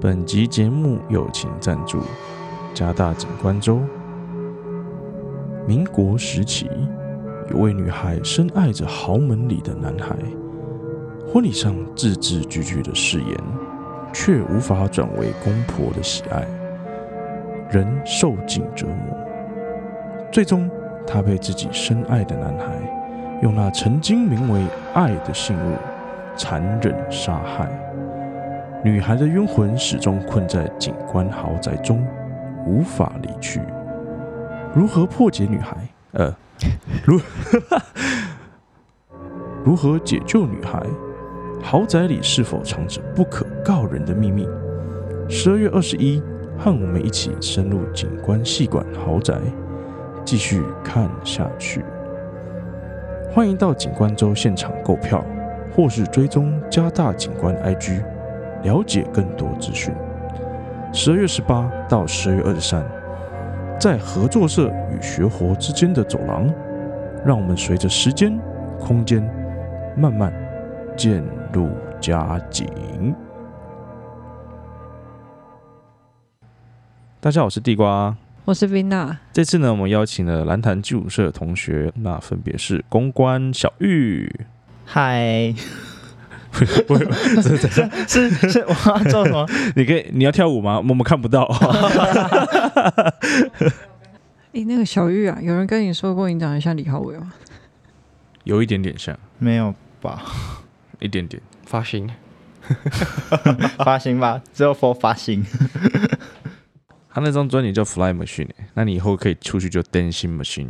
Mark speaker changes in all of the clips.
Speaker 1: 本集节目友情赞助加大景观州。民国时期，有位女孩深爱着豪门里的男孩，婚礼上字字句句的誓言，却无法转为公婆的喜爱，人受尽折磨。最终，她被自己深爱的男孩用那曾经名为爱的信物残忍杀害。女孩的冤魂始终困在景观豪宅中，无法离去。如何破解女孩？呃，如 如何解救女孩？豪宅里是否藏着不可告人的秘密？十二月二十一，和我们一起深入景观戏馆豪宅，继续看下去。欢迎到景观周现场购票，或是追踪加大景观 IG。了解更多资讯。十二月十八到十二月二十三，在合作社与学活之间的走廊，让我们随着时间、空间，慢慢渐入佳境。大家好，我是地瓜。
Speaker 2: 我是 Vina，
Speaker 1: 这次呢，我们邀请了蓝潭剧舞社的同学，那分别是公关小玉，
Speaker 3: 嗨，
Speaker 1: 我这这
Speaker 3: 是是，我要做什么？
Speaker 1: 你可以你要跳舞吗？我们看不到、
Speaker 2: 诶，那个小玉啊，有人跟你说过你长得像李浩伟吗？
Speaker 1: 有一点点像，
Speaker 3: 没 有吧？
Speaker 1: 一点点。
Speaker 4: 发型，
Speaker 3: 发型吧，只有 for 发型。
Speaker 1: 他那张专辑叫《Fly Machine》，那你以后可以出去就 Dancing Machine。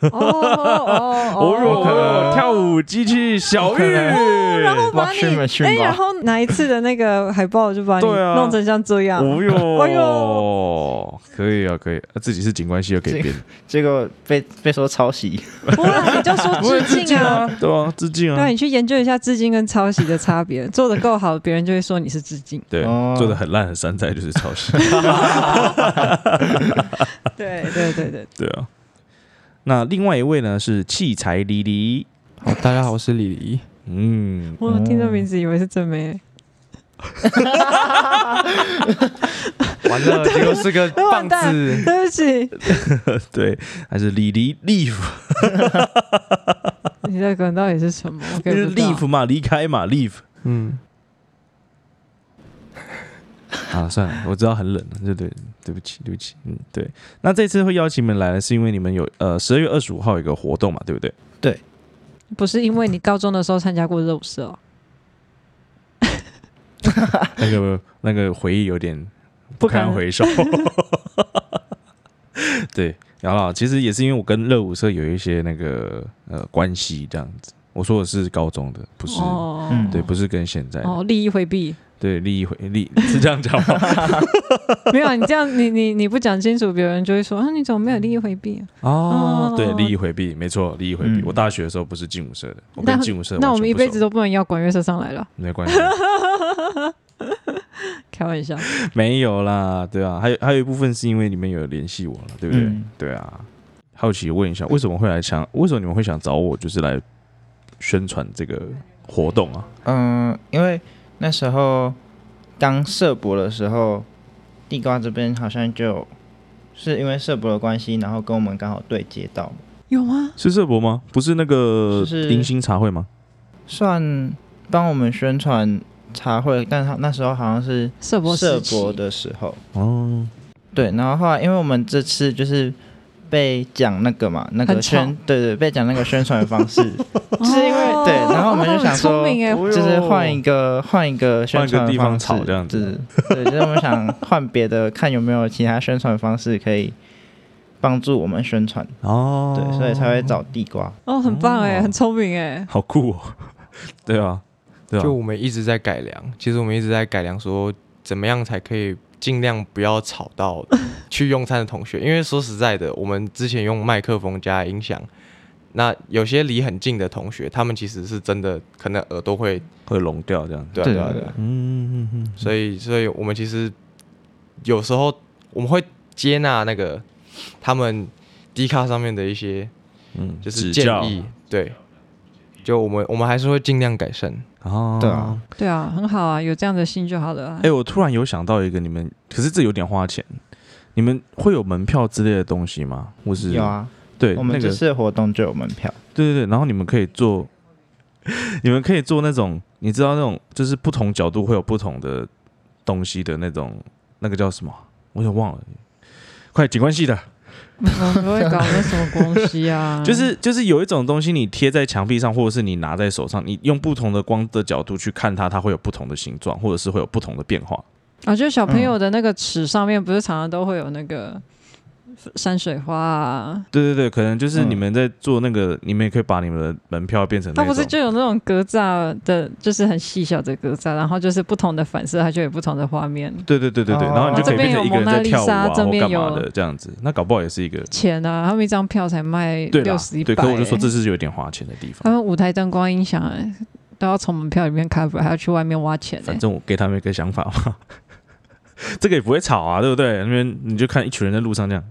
Speaker 2: 哦哦
Speaker 1: 哦，跳舞机器小玉，
Speaker 2: 哦然后把你
Speaker 3: Machine Machine
Speaker 2: 诶
Speaker 3: 吧
Speaker 2: 然后哪一次的那个海报就把你
Speaker 1: 对啊
Speaker 2: 弄成像这样，
Speaker 1: 哦
Speaker 2: 哎
Speaker 1: 哟，可以啊，可以，啊自己是警官系又可以编，
Speaker 3: 结果被被说抄袭，
Speaker 2: 不然你就说致敬啊。
Speaker 1: 对啊，致敬啊
Speaker 2: 对，，你去研究一下致敬跟抄袭的差别，做的够好，别人就会说你是致敬。
Speaker 1: 对
Speaker 3: 哦，
Speaker 1: 做的很烂很山寨就是抄袭，
Speaker 2: 对对对对，
Speaker 1: 对啊。那另外一位呢是器材黎黎，
Speaker 4: 好，哦大家好，我是李黎。
Speaker 1: 嗯，
Speaker 2: 我听这名字以为是真梅，
Speaker 4: 完 了，结果是个棒子。
Speaker 2: 对不起，
Speaker 1: 对，还是李黎 leaf，
Speaker 2: 你的梗到底是什么？我
Speaker 1: 就
Speaker 2: 给
Speaker 1: 是
Speaker 2: 不到
Speaker 1: leaf 嘛，离开嘛，leaf
Speaker 4: 嗯，
Speaker 1: 啊，算了，我知道很冷了，对对，对不起，对不起，嗯，对。那这次会邀请你们来，是因为你们有呃十二月二十五号有一个活动嘛，对不 对？
Speaker 2: 不是因为你高中的时候参加过热舞社哦，
Speaker 1: 那个那个回忆有点
Speaker 2: 不可
Speaker 1: 堪
Speaker 2: 能
Speaker 1: 回首。 对，然后其实也是因为我跟热舞社有一些那个呃关系这样子。我说我是高中的，不是、
Speaker 2: 哦，
Speaker 3: 嗯
Speaker 1: 对，不是跟现在的、
Speaker 2: 哦，利益回避，
Speaker 1: 对利益回利是这样讲 吗？
Speaker 2: 没有啊你这样，你你你不讲清楚，别人就会说啊，你怎么没有利益回避啊？
Speaker 1: 哦，对
Speaker 2: 哦
Speaker 1: 利益回避，没错，利益回避。
Speaker 3: 嗯
Speaker 1: 我大学的时候不是劲舞社的，我
Speaker 2: 那
Speaker 1: 跟劲舞社
Speaker 2: 那我
Speaker 1: 完
Speaker 2: 们
Speaker 1: 全
Speaker 2: 一
Speaker 1: 不
Speaker 2: 辈
Speaker 1: 熟
Speaker 2: 子都不能要管乐社上来了，
Speaker 1: 没关系。
Speaker 2: 开玩笑。
Speaker 1: 没有啦，对啊，还有还有一部分是因为你们有联系我了，对不对？
Speaker 3: 嗯
Speaker 1: 对啊，好奇问一下，为什么会来想，为什么你们会想找我，就是来宣传这个活动啊？
Speaker 3: 嗯，因为那时候刚社博的时候，地瓜这边好像就是因为社博的关系，然后跟我们刚好对接到，
Speaker 2: 有吗？
Speaker 1: 是社博吗？不是那个
Speaker 3: 是
Speaker 1: 迎新茶会吗？
Speaker 3: 算帮我们宣传茶会，但他那时候好像是
Speaker 2: 社博
Speaker 3: 社
Speaker 2: 时期
Speaker 3: 博，的时候，
Speaker 1: 哦，
Speaker 3: 对，然后后来因为我们这次就是被讲那个嘛，那
Speaker 2: 很
Speaker 3: 个
Speaker 2: 吵
Speaker 3: 宣，对对，被讲那个宣传方式，就是因为
Speaker 2: 哦
Speaker 3: 对，然后我们就想
Speaker 2: 哦
Speaker 3: 说，
Speaker 2: 很聪明哎
Speaker 3: 就是换一个换一个宣
Speaker 1: 换
Speaker 3: 传
Speaker 1: 一个地方
Speaker 3: 方式
Speaker 1: 吵这样子，
Speaker 3: 对，就是我们想换别的，看有没有其他宣传方式可以帮助我们宣传，
Speaker 1: 哦，
Speaker 3: 对，所以才会找地瓜，
Speaker 2: 哦，很棒哎，
Speaker 1: 哦
Speaker 2: 很聪明哎，
Speaker 1: 好酷哦， 对啊，对啊
Speaker 4: 就，我们一直在改良，其实我们一直在改良，说怎么样才可以尽量不要吵到去用餐的同学。因为说实在的，我们之前用麦克风加音响，那有些离很近的同学，他们其实是真的可能耳朵会
Speaker 1: 会聋掉这样子。
Speaker 4: 对啊
Speaker 3: 对
Speaker 4: 对啊
Speaker 3: 对
Speaker 4: 对啊，
Speaker 1: 嗯嗯嗯，
Speaker 4: 所以所以我们其实有时候我们会接纳那个他们 D 卡上面的一些
Speaker 1: 嗯，
Speaker 4: 就
Speaker 1: 指
Speaker 4: 是建
Speaker 1: 教
Speaker 4: 议，对，就我们我们还是会尽量改善。
Speaker 1: 啊
Speaker 3: 对啊。
Speaker 2: 对啊，很好啊，有这样的心就好了、啊
Speaker 1: 哎、。我突然有想到一个，你们可是这有点花钱，你们会有门票之类的东西吗？或是
Speaker 3: 有？啊，
Speaker 1: 对，
Speaker 3: 我们
Speaker 1: 那个
Speaker 3: 这次活动就有门票，
Speaker 1: 对对对，然后你们可以做，你们可以做那种，你知道那种，就是不同角度会有不同的东西的那种，那个叫什么？我有点忘了。快景观系的，，
Speaker 2: 我们不会搞那什么东西啊
Speaker 3: 嗯
Speaker 1: 就是就是有一种东西，你贴在墙壁上，或者是你拿在手上，你用不同的光的角度去看它，它会有不同的形状，或者是会有不同的变化。
Speaker 2: 啊，就是小朋友
Speaker 3: 嗯
Speaker 2: 的那个尺上面，不是常常都会有那个山水画啊，
Speaker 1: 对对对，可能就是
Speaker 3: 嗯
Speaker 1: 你们在做那个，你们也可以把你们的门票变成那
Speaker 2: 它
Speaker 1: 种。
Speaker 2: 不是就有那种格栅的，就是很细小的格栅，然后就是不同的反射，它就有不同的画面。
Speaker 1: 对对对对对，
Speaker 3: 哦
Speaker 1: 然后你就可以变成一个人在跳舞啊，
Speaker 2: 这
Speaker 1: 或
Speaker 2: 边有
Speaker 1: 干
Speaker 2: 蒙娜
Speaker 1: 嘛
Speaker 2: 丽莎
Speaker 1: 的这样子，那搞不好也是一个
Speaker 2: 钱啊，他们一张票才卖
Speaker 1: 对啦
Speaker 2: 六十一百。
Speaker 1: 对，
Speaker 2: 嗯
Speaker 1: 可我就说这是有点花钱的地
Speaker 2: 他
Speaker 1: 方。
Speaker 2: 们舞台灯光音响、哎都要从门票里面 cover，还要去外面挖钱、哎
Speaker 1: 反正我给他们一个想法嘛， 这个也不会吵啊，对不对？那边你就看一群人在路上这样，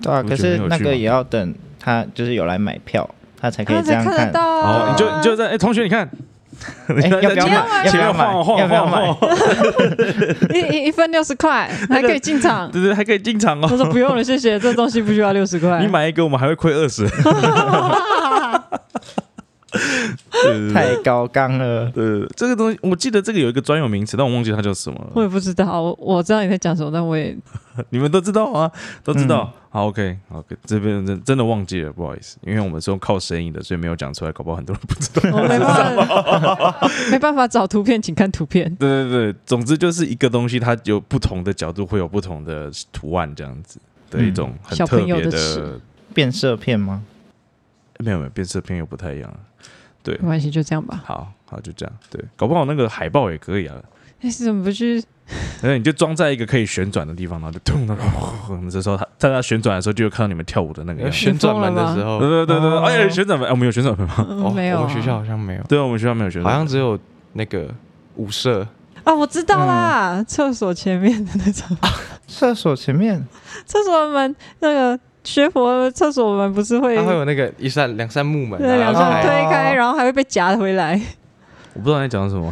Speaker 3: 对啊，
Speaker 1: 我觉得
Speaker 3: 可是
Speaker 1: 很有
Speaker 3: 那
Speaker 1: 趣
Speaker 3: 个
Speaker 1: 嘛
Speaker 3: 也要等他就是有来买票，他才可以
Speaker 2: 他
Speaker 3: 这
Speaker 2: 才
Speaker 3: 样
Speaker 2: 看得到啊、
Speaker 1: 哦，你就你就在哎，同学你看，
Speaker 3: 哎要不要买？要不
Speaker 1: 前
Speaker 3: 要
Speaker 1: 面
Speaker 3: 买
Speaker 1: 晃？晃
Speaker 3: 要不要
Speaker 1: 晃
Speaker 3: 买？
Speaker 1: 晃，
Speaker 2: 一一一份六十 块，还可以进场。
Speaker 1: 对对， 还可以进场
Speaker 2: 他
Speaker 1: 哦。
Speaker 2: 说不用了，谢谢，这东西不需要六十块。
Speaker 1: 你买一个，我们还会亏二十。 对对对
Speaker 3: 太高纲了，
Speaker 1: 对，对这个东西我记得这个有一个专有名词，但我忘记它叫什么了
Speaker 2: 我。也不知道，我我知道你在讲什么，但我也
Speaker 1: 你们都知道啊，都知道。
Speaker 3: 嗯
Speaker 1: 好，OK，好，这边真真的忘记了，不好意思，因为我们是用靠声音的，所以没有讲出来，搞不好很多人不知道。
Speaker 2: 我没办法， 没办法找图片，请看图片。
Speaker 1: 对对对，总之就是一个东西，它有不同的角度，会有不同的图案，这样子的一种很
Speaker 2: 嗯小
Speaker 1: 特
Speaker 2: 朋友
Speaker 1: 别
Speaker 2: 的
Speaker 1: 的
Speaker 2: 尺。
Speaker 3: 变色片吗？
Speaker 1: 没有没有，变色片又不太一样了。对
Speaker 2: 没，关系，就这样吧。
Speaker 1: 好好就这样。对，搞不好那个海报也可以啊，
Speaker 2: 但哎是怎么不去？
Speaker 1: 然后你就装在一个可以旋转的地方，然后就咚咚咚咚，这时候它在它旋转的时候，就会看到你们跳舞的那
Speaker 2: 呃
Speaker 1: 个样子。
Speaker 4: 旋转门的时候，
Speaker 1: 对对对对对，
Speaker 3: 哦
Speaker 1: 哎呀，旋转门，哎，我们有旋转门吗？
Speaker 2: 嗯
Speaker 4: 哦
Speaker 2: 没有啊、
Speaker 4: 我们学校好像没有，
Speaker 1: 对，我们学校没有旋转
Speaker 4: 好
Speaker 1: 门，
Speaker 4: 像只有那个舞社，
Speaker 2: 啊，我知道啦，厕所前面的那种，
Speaker 3: 厕所前面
Speaker 2: 厕所门那个学佛厕所门不是会
Speaker 4: 它会有那个一扇两扇木门，啊
Speaker 2: 对
Speaker 4: 然
Speaker 2: 两
Speaker 4: 后
Speaker 2: 扇
Speaker 4: 开
Speaker 3: 哦
Speaker 2: 推开，然后还会被夹回来。
Speaker 1: 我不知道你在讲什么。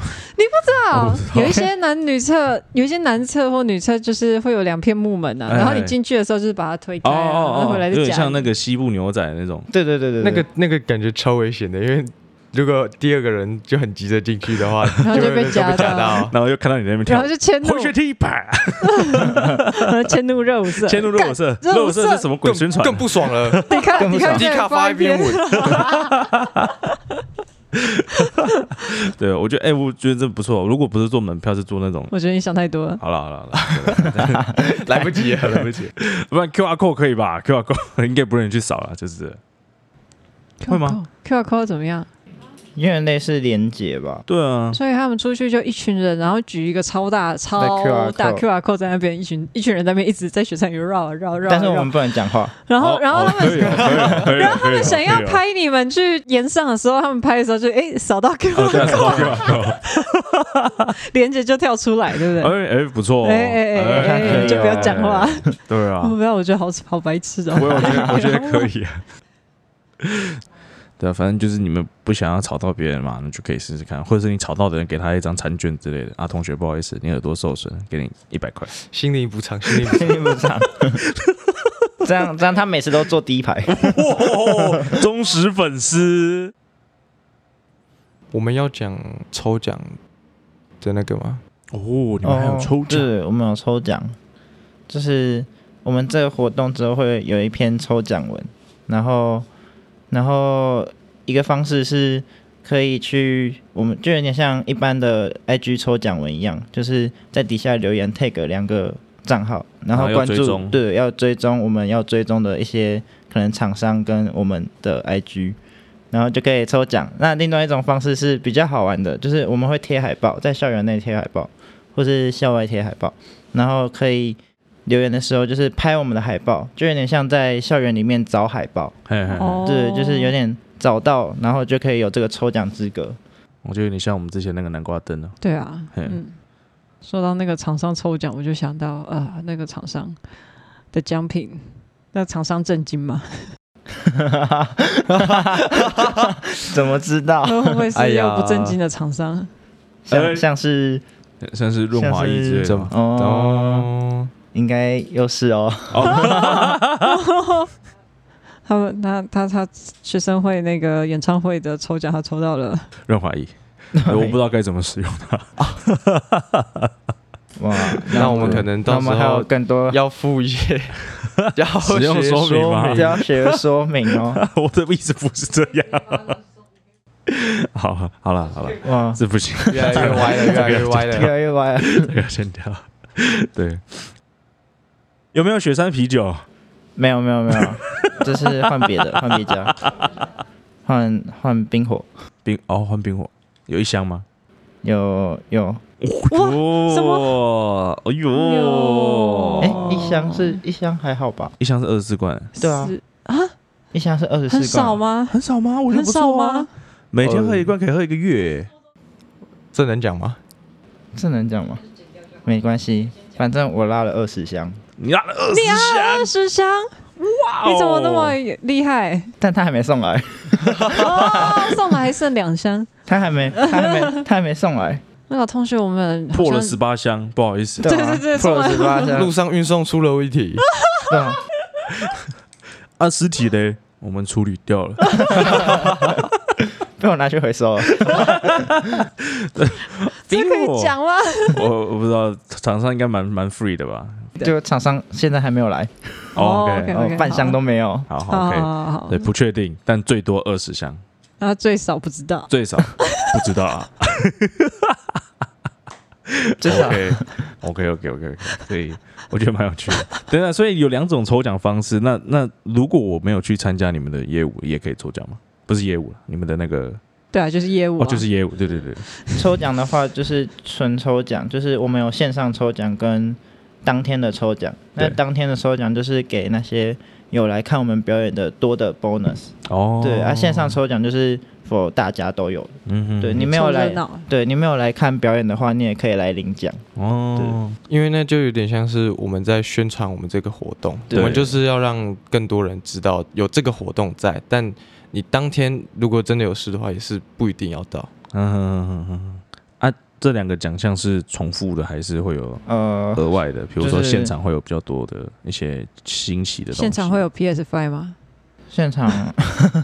Speaker 2: 啊， 有一些男女厕，有一些男厕或女厕就是会有两片木门啊，
Speaker 1: 哎
Speaker 2: 然后你进去的时候就是把它推开、
Speaker 1: 哦
Speaker 2: 啊，然后
Speaker 1: 哦
Speaker 2: 回
Speaker 1: 哦，
Speaker 2: 来
Speaker 1: 有
Speaker 2: 就
Speaker 1: 点
Speaker 2: 夹。
Speaker 1: 像那个西部牛仔那种。
Speaker 3: 对对对对，
Speaker 4: 那
Speaker 3: 对
Speaker 4: 个那个感觉超危险的，因为如果第二个人就很急着进去的话，
Speaker 2: 然后就
Speaker 4: 就会
Speaker 2: 被夹
Speaker 4: 夹
Speaker 2: 到
Speaker 4: 到。
Speaker 1: 然后又看到你在那边
Speaker 2: 然
Speaker 1: 跳
Speaker 2: 后，就迁怒
Speaker 1: 回，学踢一百，
Speaker 2: 迁怒热舞 社。
Speaker 1: 迁入热舞社，
Speaker 2: 热舞
Speaker 1: 热舞社
Speaker 2: 社
Speaker 1: 是什么 鬼
Speaker 4: 更
Speaker 1: 宣传？啊
Speaker 4: 更不爽 了，
Speaker 2: 你看，
Speaker 3: 更
Speaker 2: 你
Speaker 3: 不
Speaker 2: 看，
Speaker 3: 爽
Speaker 4: 迪卡发一篇文，
Speaker 1: 对，我觉得哎，我觉得这不错。如果不是做门票，是做那种。
Speaker 2: 我觉得你想太多了。
Speaker 1: 好了好了好了，
Speaker 4: 来不 及了，来不及了。
Speaker 1: 不然 QR code 可以吧？QR code 应该不能去扫了，就是。会吗
Speaker 2: ？Q R code 怎么样？
Speaker 3: 有点类似连结吧，
Speaker 1: 对啊，
Speaker 2: 所以他们出去就一群人，然后举一个超大、超
Speaker 3: QR
Speaker 2: 大
Speaker 3: code
Speaker 2: QR code 在那边，一群一群人在那边一直在雪山里绕啊绕啊绕啊绕啊。
Speaker 3: 但是我们不能讲话，
Speaker 2: 然
Speaker 1: 哦
Speaker 2: 后然后他们
Speaker 1: 啊 们，然后他
Speaker 2: 他们想要，拍你们去岩上的时候，他们拍的时候就哎扫到 QR
Speaker 1: 对啊，扫
Speaker 2: code，
Speaker 1: QR code，
Speaker 2: 连接就跳出来，对不对？
Speaker 1: 哎哎，啊不错，
Speaker 2: 哎哎哎哎哎，就不要嗯讲话。
Speaker 1: 对啊
Speaker 2: 我，不知道，我觉得好好白痴
Speaker 1: 我
Speaker 2: 哦。
Speaker 1: 我觉得我觉得可以、 啊。对啊，反正就是你们不想要吵到别人嘛，那就可以试试看，或者是你吵到的人给他一张餐券之类的啊。同学，不好意思，你耳朵受损，给你一百块。
Speaker 4: 心灵补偿，心灵补偿。
Speaker 3: 心情不长。 这样这样，他每次都坐第一排。
Speaker 1: 哦忠实粉丝，
Speaker 4: 我们要讲抽奖的那个吗？
Speaker 1: 哦，你们还有抽奖、
Speaker 3: 是我们有抽奖，就是我们这个活动之后会有一篇抽奖文，然后然后一个方式是可以去我们就有点像一般的 IG 抽奖文一样，就是在底下留言 tag 两个账号，然
Speaker 1: 然
Speaker 3: 后
Speaker 1: 后要
Speaker 3: 关
Speaker 1: 追
Speaker 3: 注
Speaker 1: 踪
Speaker 3: 对要追踪我们要追踪的一些可能厂商跟我们的 IG。然后就可以抽奖。那另外一种方式是比较好玩的，就是我们会贴海报，在校园内贴海报，或是校外贴海报，然后可以留言的时候就是拍我们的海报，就有点像在校园里面找海报，
Speaker 1: 嘿嘿嘿，
Speaker 2: 哦
Speaker 3: 对，就是有点找到，然后就可以有这个抽奖资格。
Speaker 1: 我觉得有点像我们之前那个南瓜灯啊。
Speaker 2: 对啊，
Speaker 1: 嘿
Speaker 2: 嗯。说到那个厂商抽奖，我就想到啊、呃那个厂商的奖品，那厂商震惊吗？
Speaker 3: 怎么知道？
Speaker 2: 会不会
Speaker 4: 哎
Speaker 2: 是
Speaker 4: 呀
Speaker 2: 又不正经的厂商？
Speaker 3: 像像是
Speaker 1: 像是润滑液之类的
Speaker 3: 像
Speaker 1: 吗
Speaker 3: 是？哦，
Speaker 4: 哦，
Speaker 3: 应该又是哦。
Speaker 2: 他们他他他学生会那个演唱会的抽奖，他抽到了，
Speaker 1: 润滑 液，哎我不知道该怎么使用它。
Speaker 3: 哇，
Speaker 4: 那我们可能
Speaker 3: 那
Speaker 4: 到
Speaker 3: 我
Speaker 4: 时
Speaker 3: 们还有
Speaker 4: 候
Speaker 3: 更多
Speaker 4: 要附一些教
Speaker 1: 使用
Speaker 4: 学
Speaker 1: 说明吗
Speaker 4: 明
Speaker 3: 教学说明 哦。
Speaker 1: 我的意思不是这样。 好，好了， 好了，
Speaker 3: 哇，
Speaker 1: 这不行，
Speaker 4: 越来越歪了，越来越歪
Speaker 3: 越
Speaker 4: 了。
Speaker 3: 来越歪了。
Speaker 1: 这个要先掉。 对，有没有雪山啤酒？
Speaker 3: 没有没有没有，这是换别的，换别家，换换冰火。
Speaker 1: 冰哦，换冰火，有一箱吗？
Speaker 3: 有有，
Speaker 2: 哇什
Speaker 1: 么？哎呦，
Speaker 3: 哎、一箱是一箱还好吧？
Speaker 1: 一箱是二十四罐，
Speaker 3: 对啊
Speaker 2: 是
Speaker 3: 一箱是二十四
Speaker 2: 很
Speaker 3: 罐，
Speaker 2: 少？吗？
Speaker 1: 很少吗？我觉得
Speaker 2: 很
Speaker 1: 不
Speaker 2: 少
Speaker 1: 错啊
Speaker 2: 吗？？
Speaker 1: 每天喝一罐可以喝一个月。
Speaker 4: 这能讲吗？
Speaker 3: 这能讲吗？没关系，反正我拉了二十箱，
Speaker 1: 你拿了二
Speaker 2: 你啊
Speaker 1: 十箱，
Speaker 2: 二十箱，
Speaker 1: 哇哦
Speaker 2: 你怎么那么厉害？
Speaker 3: 但他还没送来，
Speaker 2: 哦，送来还剩两箱。
Speaker 3: 他还没，他还没，他还没送来，
Speaker 2: 那个同学，我们好
Speaker 1: 破了
Speaker 2: 像
Speaker 1: 十八箱？不好意思，
Speaker 3: 对啊
Speaker 2: 对对对
Speaker 3: 破了十
Speaker 2: 送
Speaker 3: 八箱
Speaker 4: 路，上运送出了问 题，
Speaker 3: 对啊
Speaker 1: 啊，尸体嘞，我们处理掉了。
Speaker 3: 被我拿去回收了。
Speaker 2: 这可
Speaker 1: 冰火
Speaker 2: 以讲吗？
Speaker 1: 我我不知道，厂商应该蛮蛮 free 的吧？
Speaker 3: 就厂商现在还没有来，
Speaker 1: 哦
Speaker 2: 哦
Speaker 1: ，OK，
Speaker 2: OK，
Speaker 3: 哦，半箱都没有。
Speaker 1: 好好
Speaker 2: 好
Speaker 1: ，OK，
Speaker 2: 好好，
Speaker 1: 对，不确定，但最多二十箱，
Speaker 2: 那最少不知道。
Speaker 1: 最少不知道啊。
Speaker 3: 最少
Speaker 1: OK，OK，OK，OK，所以我觉得蛮有趣的。对啊，所以有两种抽奖方式。那那如果我没有去参加你们的业务，也可以抽奖吗？不是业务了，你们的那个
Speaker 2: 对啊，就是业务
Speaker 1: 哦，
Speaker 2: 啊，
Speaker 1: 就是业务，对对对，
Speaker 3: 抽奖的话，就是纯抽奖，就是我们有线上抽奖跟当天的抽奖。那
Speaker 1: 对
Speaker 3: 当天的抽奖就是给那些有来看我们表演的多的 bonus。
Speaker 1: 哦，
Speaker 3: 对，啊，线上抽奖就是否大家都有。
Speaker 1: 嗯哼，
Speaker 3: 对你
Speaker 1: 们
Speaker 3: 没有
Speaker 2: 凑热
Speaker 3: 来，
Speaker 2: 闹
Speaker 3: 对你没有来看表演的话，你也可以来领奖。
Speaker 1: 哦，
Speaker 4: 因为那就有点像是我们在宣传我们这个活动，我
Speaker 3: 对
Speaker 4: 们就是要让更多人知道有这个活动在，但你当天如果真的有事的话，也是不一定要到。
Speaker 1: 嗯哼哼哼哼，啊，这两个奖项是重复的，还是会有
Speaker 3: 呃，
Speaker 1: 额外的？比如说
Speaker 3: 就是
Speaker 1: 现场会有比较多的一些新奇的东西，
Speaker 2: 现场会有 PS Five 吗？
Speaker 3: 现场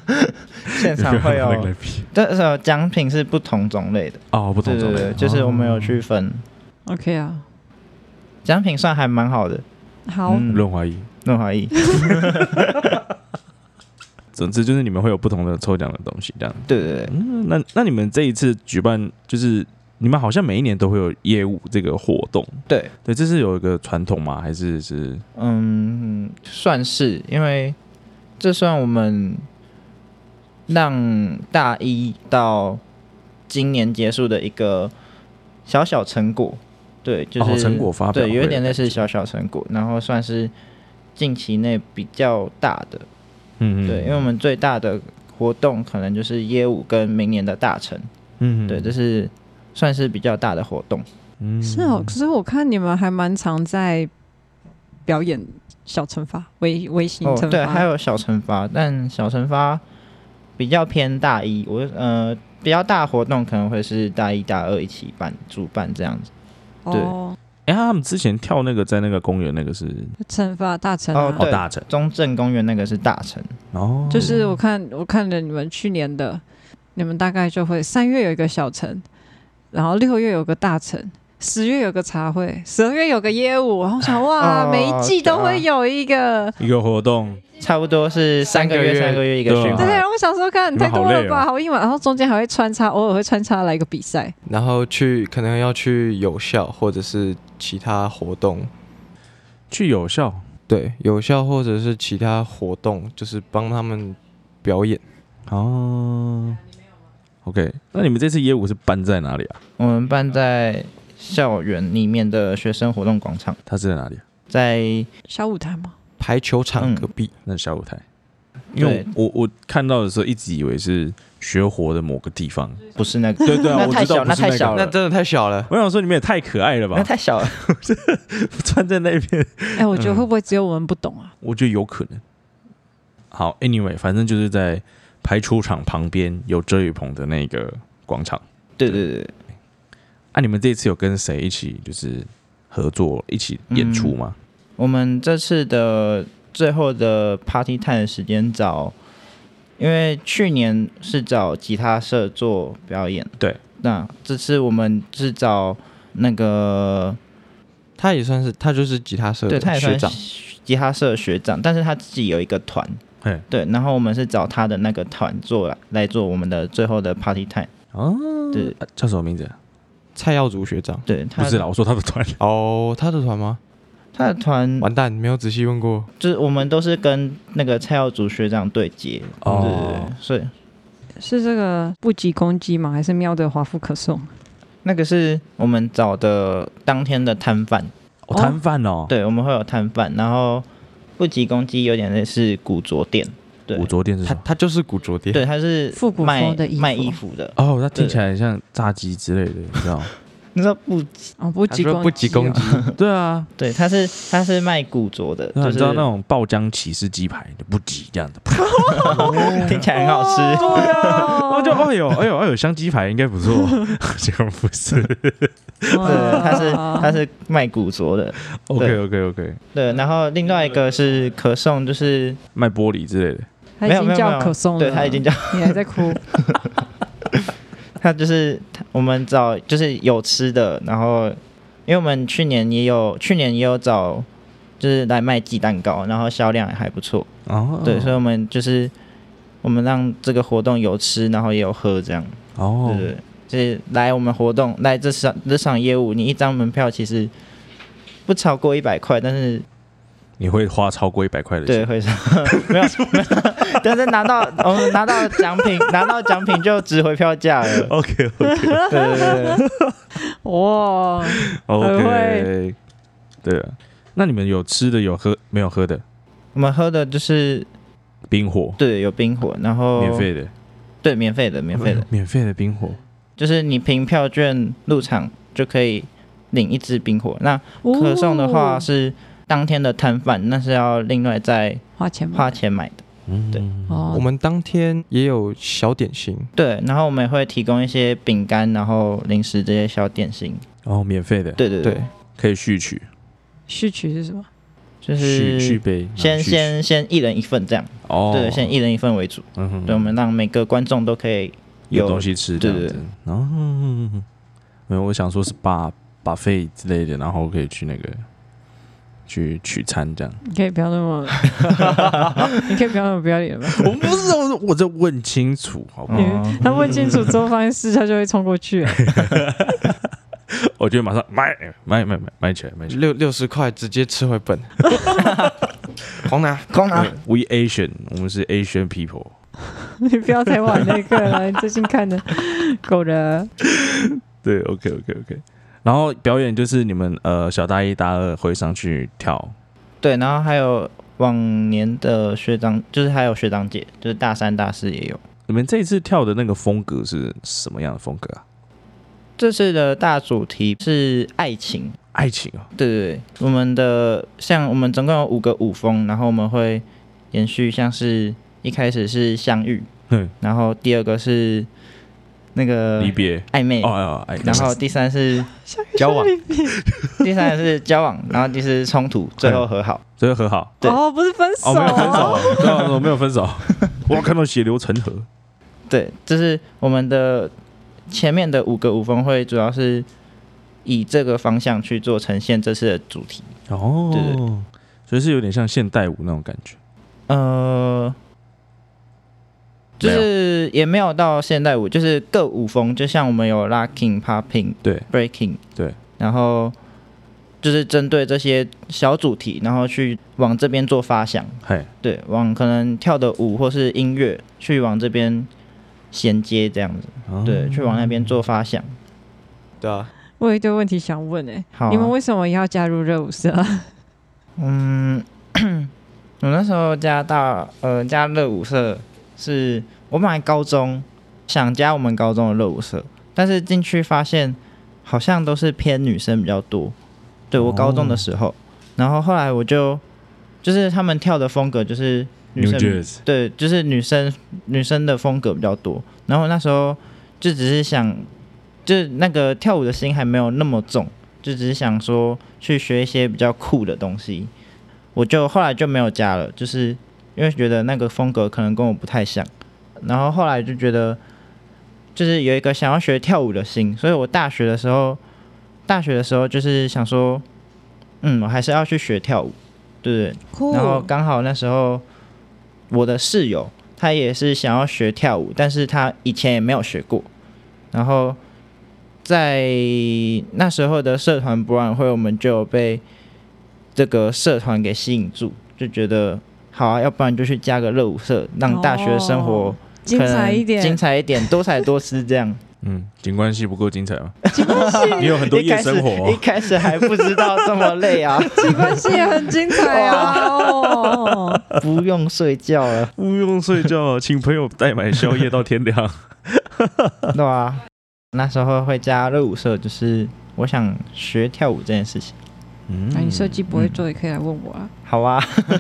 Speaker 3: 现场 会 有，但是奖品是不同种类的。
Speaker 1: 哦，不同
Speaker 3: 对对
Speaker 1: 种嗯
Speaker 3: 对，
Speaker 1: 类，
Speaker 3: 就是我们有去分
Speaker 2: OK 啊，
Speaker 3: 奖品，算还蛮好的。
Speaker 2: 好，
Speaker 1: 哦
Speaker 3: 嗯
Speaker 1: 润滑液。
Speaker 3: 润滑液，
Speaker 1: 总之就是你们会有不同的抽奖的东西，这样。
Speaker 3: 对对对，
Speaker 1: 嗯，那那你们这一次举办，就是你们好像每一年都会有业务这个活动，
Speaker 3: 对。
Speaker 1: 对，这是有一个传统吗？还是是
Speaker 3: 嗯，算是，因为这算我们让大一到今年结束的一个小小成果，对，就是、
Speaker 1: 哦成果发表
Speaker 3: 对，有
Speaker 1: 会
Speaker 3: 一点类似小小成果，然后算是近期内比较大的，
Speaker 1: 嗯
Speaker 3: 对，因为我们最大的活动可能就是业务跟明年的大成，
Speaker 1: 嗯
Speaker 3: 对，这是算是比较大的活动，
Speaker 1: 嗯
Speaker 2: 是哦。可是我看你们还蛮常在表演小惩罚、微微型
Speaker 3: 哦
Speaker 2: 惩罚，，
Speaker 3: 对，还有小惩罚，但小惩罚比较偏大一，我呃比较大活动可能会是大一大二一起办主办这样子。对
Speaker 2: 哦，
Speaker 1: 哎、他们之前跳那个在那个公园那个是
Speaker 3: 嗯
Speaker 2: 惩罚大惩
Speaker 3: 哦
Speaker 2: 啊，
Speaker 1: 哦
Speaker 3: 对
Speaker 1: 大城
Speaker 3: 中正公园那个是大城，
Speaker 1: 哦，
Speaker 2: 就是我看我看了你们去年的，你们大概就会三月有一个小城，然后六月有个大城，十月有个茶会，十二月有个业务。然后我想哇，
Speaker 3: 哦
Speaker 2: 每一季都
Speaker 3: 对啊
Speaker 2: 会有一个。
Speaker 1: 一个活动，
Speaker 3: 差不多是三个
Speaker 4: 三
Speaker 3: 月
Speaker 4: 个月
Speaker 3: 三个月一个
Speaker 1: 对啊
Speaker 3: 循
Speaker 2: 对，
Speaker 3: 环。
Speaker 2: 然后我想说，看
Speaker 1: 你
Speaker 2: 太
Speaker 1: 们好
Speaker 2: 多了
Speaker 1: 累哦
Speaker 2: 吧，好硬嘛。然后中间还会穿插，偶尔会穿插来一个比赛。
Speaker 4: 然后去可能要去有效或者是其他活动，
Speaker 1: 去有效
Speaker 4: 对，有效或者是其他活动，就是帮他们表演。
Speaker 1: 哦。OK，那你们这次业务是办在哪里啊？
Speaker 3: 我们办在校园里面的学生活动广场，
Speaker 1: 它是在哪里、啊？
Speaker 3: 在
Speaker 2: 小舞台吗？
Speaker 4: 排球场
Speaker 3: 嗯
Speaker 4: 隔壁，
Speaker 1: 那是小舞台。因为
Speaker 3: 对
Speaker 1: 我我我看到的时候，一直以为是学活的某个地方。
Speaker 3: 不是 那 个，
Speaker 1: 对对啊，
Speaker 3: 那
Speaker 1: 我
Speaker 3: 太
Speaker 1: 知道
Speaker 3: 小，
Speaker 1: 不是
Speaker 3: 太
Speaker 1: 个
Speaker 3: 小
Speaker 4: 那
Speaker 3: 了，
Speaker 4: 真的太小了。
Speaker 1: 我想说你们也太可爱了吧
Speaker 3: 那！太小了。
Speaker 1: 穿在那边，嗯
Speaker 2: 哎，我觉得会不会只有我们不懂啊？
Speaker 1: 我觉得有可能。好，anyway，反正就是在排球场旁边有遮雨棚的那个广场。
Speaker 3: 对对对，
Speaker 1: 啊，你们这次有跟谁一起就是合作一起演出吗？
Speaker 3: 我们这次的最后的 Party Time 的时间找，因为去年是找吉他社做表演，
Speaker 1: 对，
Speaker 3: 那这次我们是找那个，
Speaker 4: 他也算是他就是吉他社
Speaker 3: 对
Speaker 4: 的
Speaker 3: 他也
Speaker 4: 学
Speaker 3: 算
Speaker 4: 长，
Speaker 3: 吉他社的学长，但是他自己有一个团
Speaker 1: 嘿，
Speaker 3: 对，然后我们是找他的那个团做来来做我们的最后的 Party Time，
Speaker 1: 啊，
Speaker 3: 对
Speaker 1: 啊叫什么名字啊？
Speaker 4: 蔡耀祖学长。
Speaker 3: 对，
Speaker 1: 不
Speaker 3: 他
Speaker 1: 是啦，我说他的团。
Speaker 4: 哦，他的团吗？
Speaker 3: 他的团
Speaker 4: 完蛋，没有仔细问过。
Speaker 3: 就是我们都是跟那个蔡耀祖学长对接，
Speaker 1: 哦
Speaker 3: 对对对，所以
Speaker 2: 是这个不及公鸡吗？还是喵的华夫可颂？
Speaker 3: 那个是我们找的当天的摊贩，
Speaker 1: 哦，摊贩哦，
Speaker 3: 对，我们会有摊贩，然后不及公鸡有点类似古着店，对
Speaker 1: 古着店是
Speaker 4: 他
Speaker 1: 什么？
Speaker 4: 他就是古着店，
Speaker 3: 对，它是
Speaker 2: 复古
Speaker 3: 卖
Speaker 2: 风的衣服
Speaker 3: 卖衣服的，
Speaker 1: 哦，他听起来像炸鸡之类的，你知道 吗？
Speaker 3: 那个不
Speaker 2: 哦，不
Speaker 4: 他
Speaker 2: 及
Speaker 4: 说
Speaker 2: 公
Speaker 4: 不及公
Speaker 2: 鸡
Speaker 4: 鸡
Speaker 2: 哦，，
Speaker 1: 对啊，
Speaker 3: 对，它是它是卖古着的，
Speaker 1: 那
Speaker 3: 就
Speaker 1: 你知道
Speaker 3: 是
Speaker 1: 那种爆浆起司鸡排就不挤这样的，
Speaker 3: 听起来很好吃，
Speaker 2: 对啊，
Speaker 1: 我就哎呦哎呦哎呦，香鸡排应该不错， 结果不 是。
Speaker 2: 哦
Speaker 3: 对，它是它是卖古着的，
Speaker 1: OK OK OK，
Speaker 3: 对，然后另外一个是可颂，就是
Speaker 1: 卖玻璃之类的。
Speaker 2: 他
Speaker 3: 没
Speaker 2: 已
Speaker 3: 有没
Speaker 2: 经
Speaker 3: 有
Speaker 2: 叫
Speaker 3: 没有
Speaker 2: 可颂了，
Speaker 3: 对，它已经叫
Speaker 2: 你还在哭，
Speaker 3: 他就是他我们找就是有吃的，然后因为我们去年也有去年也有找就是来卖鸡蛋糕，然后销量也还不错，
Speaker 1: 哦，
Speaker 3: 对，所以我们就是我们让这个活动有吃，然后也有喝这样，
Speaker 1: 哦
Speaker 3: 对，对对就是来我们活动来这场这场业务，你一张门票其实不超过一百块，但是
Speaker 1: 你会花超过一百块的
Speaker 3: 对
Speaker 1: 钱。
Speaker 3: 会上没有 没有，但是拿到我们拿到奖品拿到奖品就值回票 价了，
Speaker 1: OK OK
Speaker 3: 对对对对，
Speaker 2: 哇，很
Speaker 1: OK，
Speaker 2: 会
Speaker 1: 对啊。那你们有吃的有喝没有喝的？
Speaker 3: 我们喝的就是
Speaker 1: 冰火
Speaker 3: 对，有冰火，然后
Speaker 1: 免，费哦的，
Speaker 3: 对，免费的，免费的，
Speaker 1: 哦 免费的冰火。
Speaker 3: 就是你凭票券入场就可以领一支冰火。那可颂的话
Speaker 2: 哦
Speaker 3: 是当天的摊贩，那是要另外再
Speaker 2: 花钱吗？
Speaker 3: 花钱买的。
Speaker 1: 嗯，
Speaker 3: 对
Speaker 2: 哦
Speaker 4: 我们当天也有小点心，
Speaker 3: 对，然后我们也会提供一些饼干，然后零食这些小点心。
Speaker 1: 哦，免费的，
Speaker 3: 对对对，
Speaker 4: 对，
Speaker 1: 可以续取，
Speaker 2: 序曲是什么？
Speaker 3: 就
Speaker 1: 续续
Speaker 3: 是
Speaker 1: 杯，
Speaker 3: 先
Speaker 1: 续取
Speaker 3: 先先一人一份这样。
Speaker 1: 哦，
Speaker 3: 对，先一人一份为主。
Speaker 1: 嗯哼
Speaker 3: 对，我们让每个观众都可以
Speaker 1: 有
Speaker 3: 有
Speaker 1: 东西吃这样
Speaker 3: 对
Speaker 1: 子
Speaker 3: 对。
Speaker 1: 然后没有，我想说是把把费之类的，然后可以去那个去取餐 这样。
Speaker 2: 你可以不要那么，你可以不要那么不要脸吗？
Speaker 1: 我不是，我我在问清楚，好不好？
Speaker 3: 哦
Speaker 2: 他问清楚之后发现是，他就会冲过 去。
Speaker 1: 我觉得马上买买买买买起来，买起来。
Speaker 4: 六六十块直接吃回本， 狂拿。
Speaker 3: 空啊，
Speaker 1: We Asian，我们是 Asian people。
Speaker 2: 你不要再玩那个了，你最近看的狗人
Speaker 1: 对，OK OK OK。然后表演就是你们呃小大一、大二会上去跳，
Speaker 3: 对，然后还有往年的学长，就是还有学长姐，就是大三、大四也有。
Speaker 1: 你们这一次跳的那个风格是什么样的风格啊？
Speaker 3: 这次的大主题是爱情，
Speaker 1: 爱情啊，
Speaker 3: 对对对，我们的像我们总共有五个舞风，然后我们会延续像是一开始是相遇，
Speaker 1: 嗯，
Speaker 3: 然后第二个是那个
Speaker 1: 离别。
Speaker 3: 暧昧
Speaker 1: 哦，哦，哎，
Speaker 3: 呃然后第三是
Speaker 4: 交往
Speaker 3: 第三是交往，然后第四是冲突，最后和好。
Speaker 1: 最后和好。
Speaker 3: 对
Speaker 2: 哦，不是分手
Speaker 1: 哦，没有分手
Speaker 2: 哦，
Speaker 1: 啊，对啊，我没有分手，我看到血流成河。嗯
Speaker 3: 对，这是我们的前面的五个舞风会主要是以这个方向去做呈现这次的主题。
Speaker 1: 哦
Speaker 3: 对对
Speaker 1: 所以是有点像现代舞那种感觉。
Speaker 3: 呃，就
Speaker 1: 没有
Speaker 3: 是也没有到现代舞，就是各舞风，就像我们有 locking、popping、
Speaker 1: 对
Speaker 3: breaking，
Speaker 1: 对，
Speaker 3: 然后就是针对这些小主题，然后去往这边做发想，
Speaker 1: 嘿，
Speaker 3: 对，往可能跳的舞或是音乐去往这边衔接这样子，
Speaker 1: 哦
Speaker 3: 对，去往那边做发想。
Speaker 4: 对啊，
Speaker 2: 我有一堆问题想问诶、
Speaker 3: 好啊、
Speaker 2: 你们为什么要加入热舞社？
Speaker 3: 嗯， 我那时候加大呃加热舞社是，我本来高中想加我们高中的热舞社，但是进去发现好像都是偏女生比较多。对我高中的时候，然后后来我就就是他们跳的风格就是女
Speaker 1: New
Speaker 3: 生
Speaker 1: Jazz
Speaker 3: 对，就是女生女生的风格比较多。然后那时候就只是想，就是那个跳舞的心还没有那么重，就只是想说去学一些比较酷的东西。我就后来就没有加了，就是因为觉得那个风格可能跟我不太像。然后后来就觉得，就是有一个想要学跳舞的心，所以我大学的时候，大学的时候就是想说，嗯，我还是要去学跳舞，对不对？
Speaker 2: 酷
Speaker 3: 然后刚好那时候我的室友他也是想要学跳舞，但是他以前也没有学过。然后在那时候的社团博览会，我们就有被这个社团给吸引住，就觉得好啊，要不然就去加个热舞社，让大学生活
Speaker 2: 哦精
Speaker 3: 可能
Speaker 2: 彩一点，
Speaker 3: 精彩一点，多彩多姿这样。
Speaker 1: 嗯，景观系不够精彩吗？你有很多
Speaker 3: 一
Speaker 1: 夜
Speaker 3: 开始嗯
Speaker 1: 生活
Speaker 3: 一
Speaker 1: 哦，
Speaker 3: 开始还不知道这么累 啊，
Speaker 2: 景观系也很精彩啊！哦，
Speaker 3: 不用睡觉了，
Speaker 1: 不用睡觉，请朋友代买宵夜到天亮。
Speaker 3: 对啊，那时候会加热舞社，就是我想学跳舞这件事情。
Speaker 1: 嗯
Speaker 2: 那你设计不会做也可以来 问我啊。
Speaker 3: 好啊，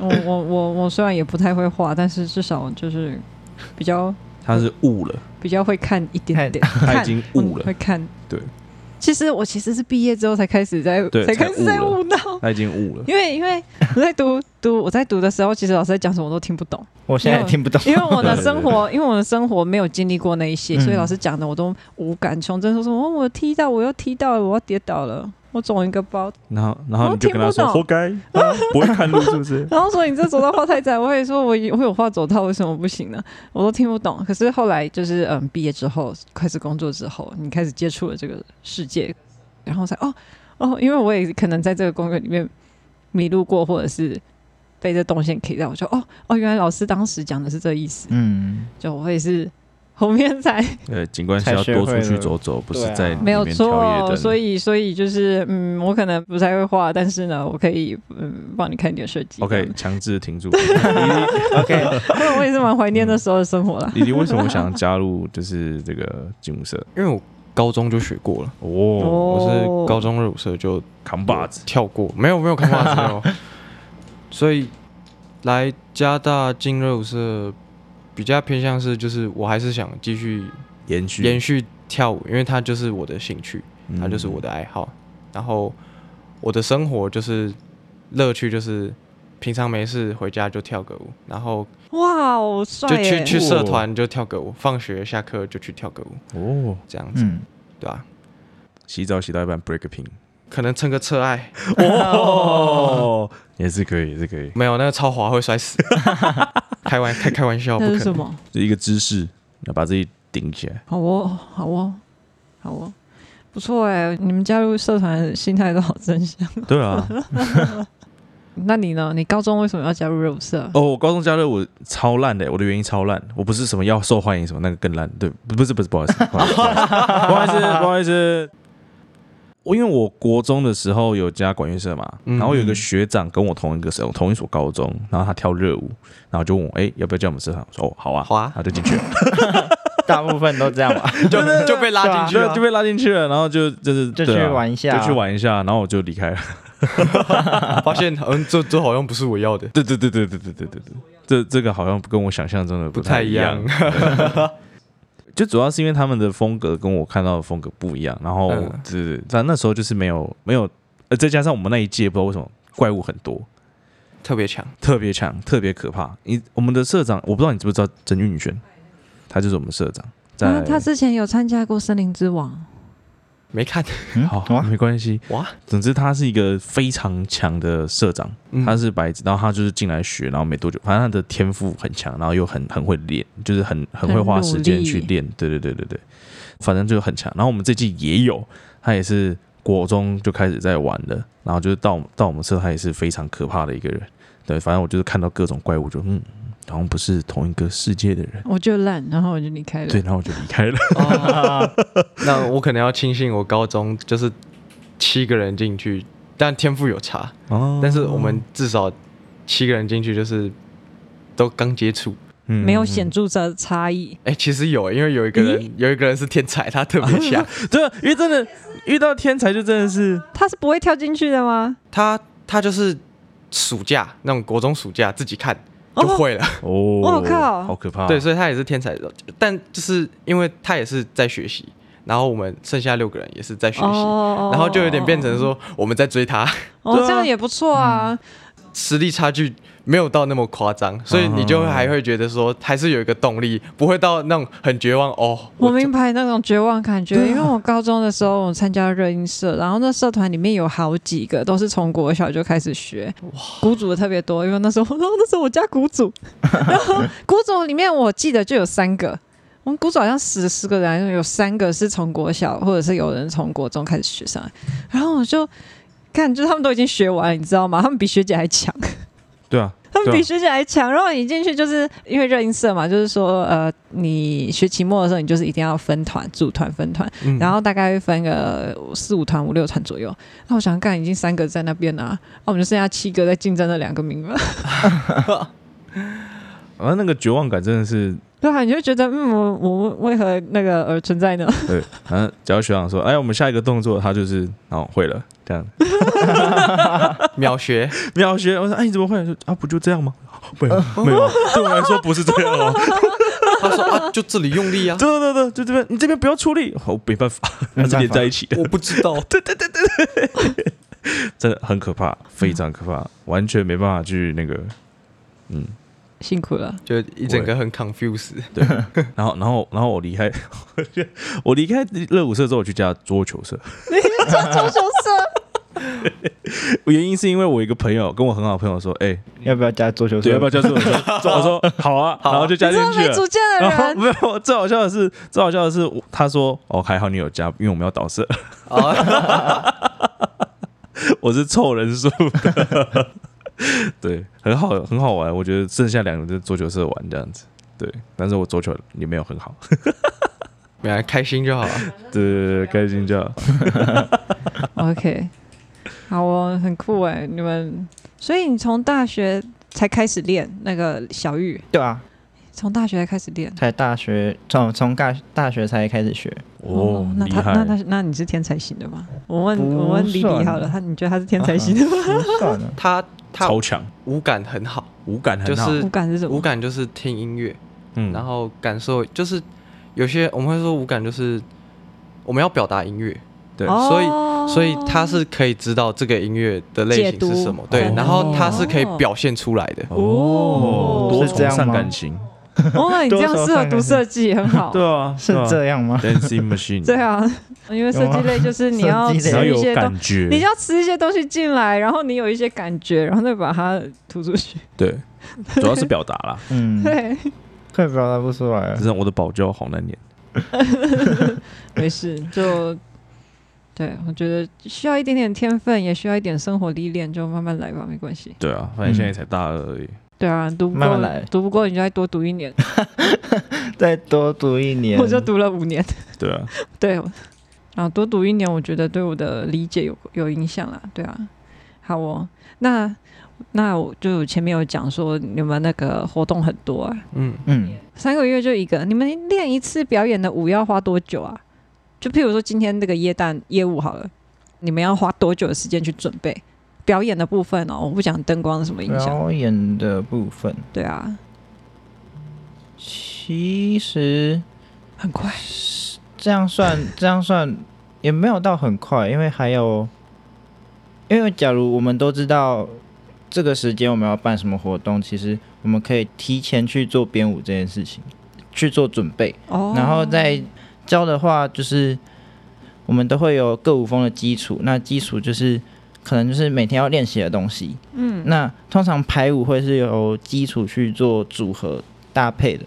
Speaker 2: 我我我我虽然也不太会画，但是至少就是比较
Speaker 1: 他是悟了，
Speaker 2: 比较会看一点点，
Speaker 1: 他
Speaker 2: 看
Speaker 1: 已经悟
Speaker 2: 嗯
Speaker 1: 了
Speaker 2: 会，看。
Speaker 1: 对，
Speaker 2: 其实我其实是毕业之后才开始在
Speaker 1: 对
Speaker 2: 开
Speaker 1: 才
Speaker 2: 始在
Speaker 1: 悟了
Speaker 2: 悟到，
Speaker 1: 他已经悟了。
Speaker 2: 因为因为我在读读我在读的时候，其实老师在讲什么我都听不懂，
Speaker 3: 我现在也听不懂。 啊
Speaker 2: 因为我的生活，因为我的生活没有经历过那一些，
Speaker 3: 嗯
Speaker 2: 所以老师讲的我都无感。穷真说什么哦我踢到，我又踢到了，我要跌倒了，我肿一个包。
Speaker 1: 然后，然后
Speaker 2: 我
Speaker 1: 你就
Speaker 2: 听
Speaker 1: 跟他
Speaker 2: 不
Speaker 1: 说：“
Speaker 2: 懂
Speaker 1: 活该，啊不会看路是不是
Speaker 2: 然后说你这走道画太窄，我也说我有我有画走道，为什么不行呢？我都听不懂。可是后来就是嗯，毕业之后开始工作之后，你开始接触了这个世界，然后才哦哦，因为我也可能在这个公园里面迷路过，或者是被这动线 K 到，我就哦哦，原来老师当时讲的是这意思，
Speaker 3: 嗯，
Speaker 2: 就我也是后面才？”
Speaker 1: 呃，景观系要
Speaker 3: 才学
Speaker 1: 多
Speaker 3: 会
Speaker 1: 出去
Speaker 3: 了
Speaker 1: 走走，不是
Speaker 3: 对啊
Speaker 1: 在里
Speaker 2: 没有
Speaker 1: 面跳夜
Speaker 2: 错，
Speaker 1: 灯。
Speaker 2: 所以所以就是嗯，我可能不太会画，但是呢，我可以嗯帮你看一点设计。
Speaker 1: OK，强制停住。
Speaker 2: 这样 我也是蛮怀念那时候的生活啦。
Speaker 4: 嗯
Speaker 1: 李迪为什么想加入就是这个劲舞社？
Speaker 4: 因为我高中就学过了，
Speaker 1: 哦，
Speaker 4: 我是高中热舞社就
Speaker 1: 扛把子，
Speaker 4: 跳过，没有没有看袜子没有，所以来加大进热舞社比较偏向是就是我还是想继续
Speaker 1: 延续
Speaker 4: 延续跳舞，因为它就是我的兴趣，
Speaker 1: 嗯
Speaker 4: 它就是我的爱好，然后我的生活就是乐趣就是。平常没事回家就跳个舞，然后
Speaker 2: 哇哦，帅
Speaker 4: 就去
Speaker 2: 耶！
Speaker 4: 去社团就跳个舞，放学下课就去跳个舞，
Speaker 1: 哦，
Speaker 4: 这样 子，
Speaker 3: 嗯，
Speaker 4: 对吧、
Speaker 1: 洗澡洗到一半 break a pin，
Speaker 4: 可能蹭个车爱，
Speaker 1: 哦， 也是可以，也是可以，
Speaker 4: 没有那个超滑会摔死，开玩开开玩笑，不
Speaker 2: 那
Speaker 4: 可
Speaker 2: 是什
Speaker 4: 能。
Speaker 2: 么？
Speaker 1: 就一个姿势，要把自己顶起来。
Speaker 2: 好哦，好哦，好哦，不错哎！你们加入社团心态都好正向。
Speaker 1: 对啊，
Speaker 2: 那你呢？你高中为什么要加入热舞社？
Speaker 1: 哦，我高中加热我超烂的，我的原因超烂，我不是什么要受欢迎什么，那个更烂。对，不不是不是，不好意思，不好意思，不好意思，不好意思。我因为我国中的时候有加管乐社嘛，
Speaker 4: 嗯
Speaker 1: 然后有一个学长跟我同一个社，同一所高中，然后他跳热舞，然后就问我，哎、要不要加我们社团？我说哦，好啊，
Speaker 4: 好啊
Speaker 1: 他就进去了，
Speaker 3: 大部分都这样吧，
Speaker 4: 就啊就被拉进去
Speaker 1: 对，
Speaker 4: 了
Speaker 1: 就。被拉进去了，然后就就是
Speaker 3: 就
Speaker 1: 对啊
Speaker 3: 去玩一下
Speaker 1: 就去玩一下，然后我就离开了。
Speaker 4: 发现嗯，这这好像不是我要的，
Speaker 1: 对对对对对对对对对，这这个好像跟我想象中的
Speaker 4: 不
Speaker 1: 太
Speaker 4: 太一样。
Speaker 1: 就主要是因为他们的风格跟我看到的风格不一样，然后
Speaker 4: 嗯
Speaker 1: 对对，对但那时候就是没有没有，呃，再加上我们那一届不知道为什么怪物很多，
Speaker 4: 特别强。
Speaker 1: 特别强，特别可怕。你我们的社长，我不知道你知不知道曾运轩，他就是我们社长，在、
Speaker 2: 啊，他之前有参加过《森林之王》。
Speaker 4: 没看
Speaker 3: 嗯
Speaker 1: 好、
Speaker 3: 哇
Speaker 1: 没关系，
Speaker 4: 哇，
Speaker 1: 总之他是一个非常强的社长，
Speaker 4: 嗯
Speaker 1: 他是白纸，然后他就是进来学，然后没多久，反正他的天赋很强，然后又很很会练，就是很很会花时间去练，对对对对对，反正就很强。然后我们这季也有，他也是国中就开始在玩了，然后就是到到我们社，他也是非常可怕的一个人。对，反正我就是看到各种怪物就，嗯，好像不是同一个世界的人。
Speaker 2: 我就烂，然后我就离开了。
Speaker 4: 嗯
Speaker 1: 对，然后我就离开了。
Speaker 4: 哦 那我可能要庆幸我高中就是七个人进去，但天赋有差，
Speaker 1: 哦
Speaker 4: 但是我们至少七个人进去就是都刚接触。
Speaker 1: 嗯
Speaker 2: 没有显著的差异。
Speaker 4: 哎，其实有，因为有一个人有一个人是天才，他特别 强，
Speaker 1: 对，因为真的遇到天才就真的是
Speaker 2: 他是不会跳进去的吗？
Speaker 4: 他他就是暑假那种国中暑假自己看就会了。
Speaker 1: 哦，
Speaker 2: 我靠
Speaker 1: 好可怕！啊
Speaker 4: 对，所以他也是天才，但就是因为他也是在学习，然后我们剩下六个人也是在学习，
Speaker 2: 哦
Speaker 4: 然后就有点变成嗯说我们在追他，
Speaker 2: 哦，这样也不错啊。
Speaker 4: 实力差距没有到那么夸张，所以你
Speaker 2: 嗯
Speaker 4: 就会还会觉得说还是有一个动力，不会到那种很绝望哦。
Speaker 2: 我明白那种绝望感觉，因为我高中的时候我参加热音社，然后那社团里面有好几个都是从国小就开始学，鼓组的特别多，因为那时候 然后那时候我加鼓组，然后鼓组里面我记得就有三个。我们鼓组好像十十个人，有三个是从国小，或者是有人从国中开始学上来。然后我就看，就是他们都已经学完了，你知道吗？他们比学姐还强。
Speaker 1: 对啊，
Speaker 2: 他们
Speaker 1: 对
Speaker 2: 比
Speaker 1: 啊
Speaker 2: 学姐还强。然后你进去就是因为热音社嘛，就是说呃，你学期末的时候，你就是一定要分团、组团、分团，
Speaker 4: 嗯
Speaker 2: 然后大概会分个四五团、五六团左右。那我想干，已经三个在那边啦、那我们就剩下七个在竞争那两个名额。
Speaker 1: 啊，那个绝望感真的是，
Speaker 2: 对啊，你就觉得嗯，我我为何那个而存在呢？
Speaker 1: 对，反正只要学长说，哎，我们下一个动作，他就是哦会了，这样
Speaker 4: 秒学，
Speaker 1: 秒学。我说，哎，你怎么会？说啊，不就这样吗？ 没有没有，对我来说不是这样哦。
Speaker 4: 他说啊，就这里用力啊，
Speaker 1: 对对对，就这边，你这边不要出力， 我没办法，那是连在一起的，
Speaker 4: 我不知道，
Speaker 1: 真的很可怕，非常可怕，完全没办法去那个，嗯，
Speaker 2: 辛 苦了，
Speaker 4: 就一整个很 confuse。
Speaker 1: 然后然后然后我离开， 我离开热舞社之后，我去加桌球社，
Speaker 2: 你是做足球社，
Speaker 1: 原因是因为我一个朋友跟我很好的朋友说，哎、
Speaker 3: 要不要加桌球社？
Speaker 1: 对，要不要加桌球社？ 我说好啊，然后就加
Speaker 2: 你
Speaker 1: 进
Speaker 2: 这么
Speaker 1: 去
Speaker 2: 没
Speaker 1: 了
Speaker 2: 主。见的
Speaker 1: 然后
Speaker 2: 人，
Speaker 1: 没有，最好笑的是，最好笑的是，我他说哦，还好你有加，因为我们要导射，
Speaker 4: 哦，
Speaker 1: 我是凑人数的 对，很好，很好玩。我觉得剩下两个就是桌球社玩这样子，对。但是我桌球也没有很好，
Speaker 4: 没来开心就好啊了。
Speaker 1: 对对对，开心就好。
Speaker 2: OK，好哦，很酷哎、你们，所以你从大学才开始练那个小玉，
Speaker 3: 对啊，
Speaker 2: 从大学才开始练。
Speaker 3: 才大学从从大大学才开始学，
Speaker 1: 哦，
Speaker 2: 那
Speaker 1: 厉
Speaker 2: 他
Speaker 1: 害！
Speaker 2: 那他那你是天才型的吗？我问
Speaker 3: 不
Speaker 2: 我问李李
Speaker 3: 算
Speaker 2: 好了，他你觉得他是天才型的吗？
Speaker 3: 不算了。
Speaker 4: 他他
Speaker 1: 超强，
Speaker 4: 五感很好，
Speaker 1: 五感很好，
Speaker 4: 就
Speaker 3: 啊
Speaker 4: 是
Speaker 2: 五感是什么？
Speaker 4: 五感就是听音乐，
Speaker 1: 嗯，
Speaker 4: 然后感受就是有些我们会说五感就是我们要表达音乐，
Speaker 1: 对
Speaker 4: 所以
Speaker 2: 哦
Speaker 4: 所以他是可以知道这个音乐的类
Speaker 2: 解
Speaker 4: 型
Speaker 2: 读
Speaker 4: 是什么，对
Speaker 1: 哦，
Speaker 4: 然后他是可以表现出来的。
Speaker 1: 哦，多
Speaker 3: 是这
Speaker 1: 重
Speaker 3: 样吗
Speaker 1: 善感情，
Speaker 2: 哦，那你这样适合读设计，很 好。
Speaker 1: 对啊，
Speaker 3: 是这样吗？
Speaker 1: Dancing Machine，
Speaker 2: 对，啊，因为设计类就是你要
Speaker 3: 啊设计类
Speaker 1: 你要
Speaker 2: 吃一
Speaker 1: 有
Speaker 2: 些东，
Speaker 1: 感觉，
Speaker 2: 你就要吃一些东西进来，然后你有一些感觉，然后再把它吐出去。
Speaker 1: 对，主要是表达啦。
Speaker 3: 嗯，
Speaker 2: 对，
Speaker 3: 快表达不出来了
Speaker 1: 只。是我的保教好难念，
Speaker 2: 没事，就对我觉得需要一点点天分，也需要一点生活历练，就慢慢来吧，没关系。
Speaker 1: 对啊，反正现在才大二而已。
Speaker 2: 对啊，读不
Speaker 3: 慢慢
Speaker 2: 过
Speaker 3: 来
Speaker 2: 读不过你就再多读一年，
Speaker 3: 再多读一年，
Speaker 2: 我就读了五年。
Speaker 1: 对啊，
Speaker 2: 对，啊，多读一年，我觉得对我的理解有有影响啦。对啊，好哦，那那我就前面有讲说你们那个活动很多啊，
Speaker 4: 嗯，
Speaker 3: 嗯，
Speaker 2: 三个月就一个，你们练一次表演的舞要花多久啊？就譬如说今天这个耶诞业务好了，你们要花多久的时间去准备表演的部分哦？我不讲灯光什么影响，
Speaker 3: 表演的部分
Speaker 2: 对啊，
Speaker 3: 其实
Speaker 2: 很快
Speaker 3: 这样算 这样算也没有到很快，因为还有，因为假如我们都知道这个时间我们要办什么活动，其实我们可以提前去做编舞这件事情，去做准备。
Speaker 2: 哦。
Speaker 3: 然后再教的话，就是我们都会有各舞风的基础，那基础就是可能就是每天要练习的东西。嗯，那通常排舞会是由基础去做组合搭配的，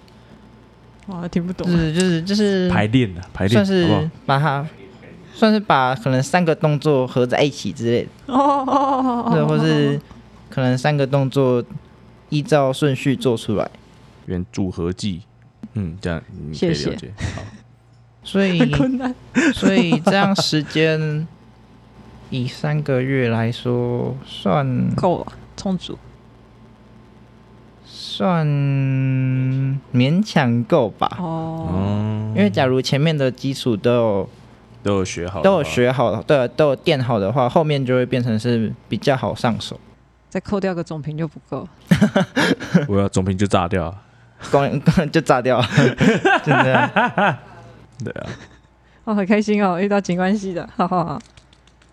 Speaker 2: 哇，听不懂
Speaker 3: 就，是就是就是
Speaker 1: 排练啊，排
Speaker 3: 算
Speaker 1: 练，好不好
Speaker 3: 是？把它。算是把可能三个动作合在一起之类的，
Speaker 2: 哦哦哦哦，
Speaker 3: 对，或是可能三个动作依照顺序做出来，
Speaker 1: 原组合技，嗯，这样你可以
Speaker 2: 谢谢
Speaker 1: 了解。好，
Speaker 3: 所以
Speaker 2: 很困难，
Speaker 3: 所以这样时间以三个月来说，算
Speaker 2: 够了，充足。
Speaker 3: 算勉强够吧。
Speaker 2: 哦，
Speaker 1: 嗯，
Speaker 3: 因为假如前面的基础都有
Speaker 1: 都有学好，
Speaker 3: 都有，学好，对，都有垫好的话，后面就会变成是比较好上手。
Speaker 2: 再扣掉个总评就不够。
Speaker 1: 我要总评就炸掉啊。
Speaker 3: 光 就炸掉了，真的。
Speaker 1: 对啊，
Speaker 2: 哦，很开心哦，遇到景观系的，哈哈哈。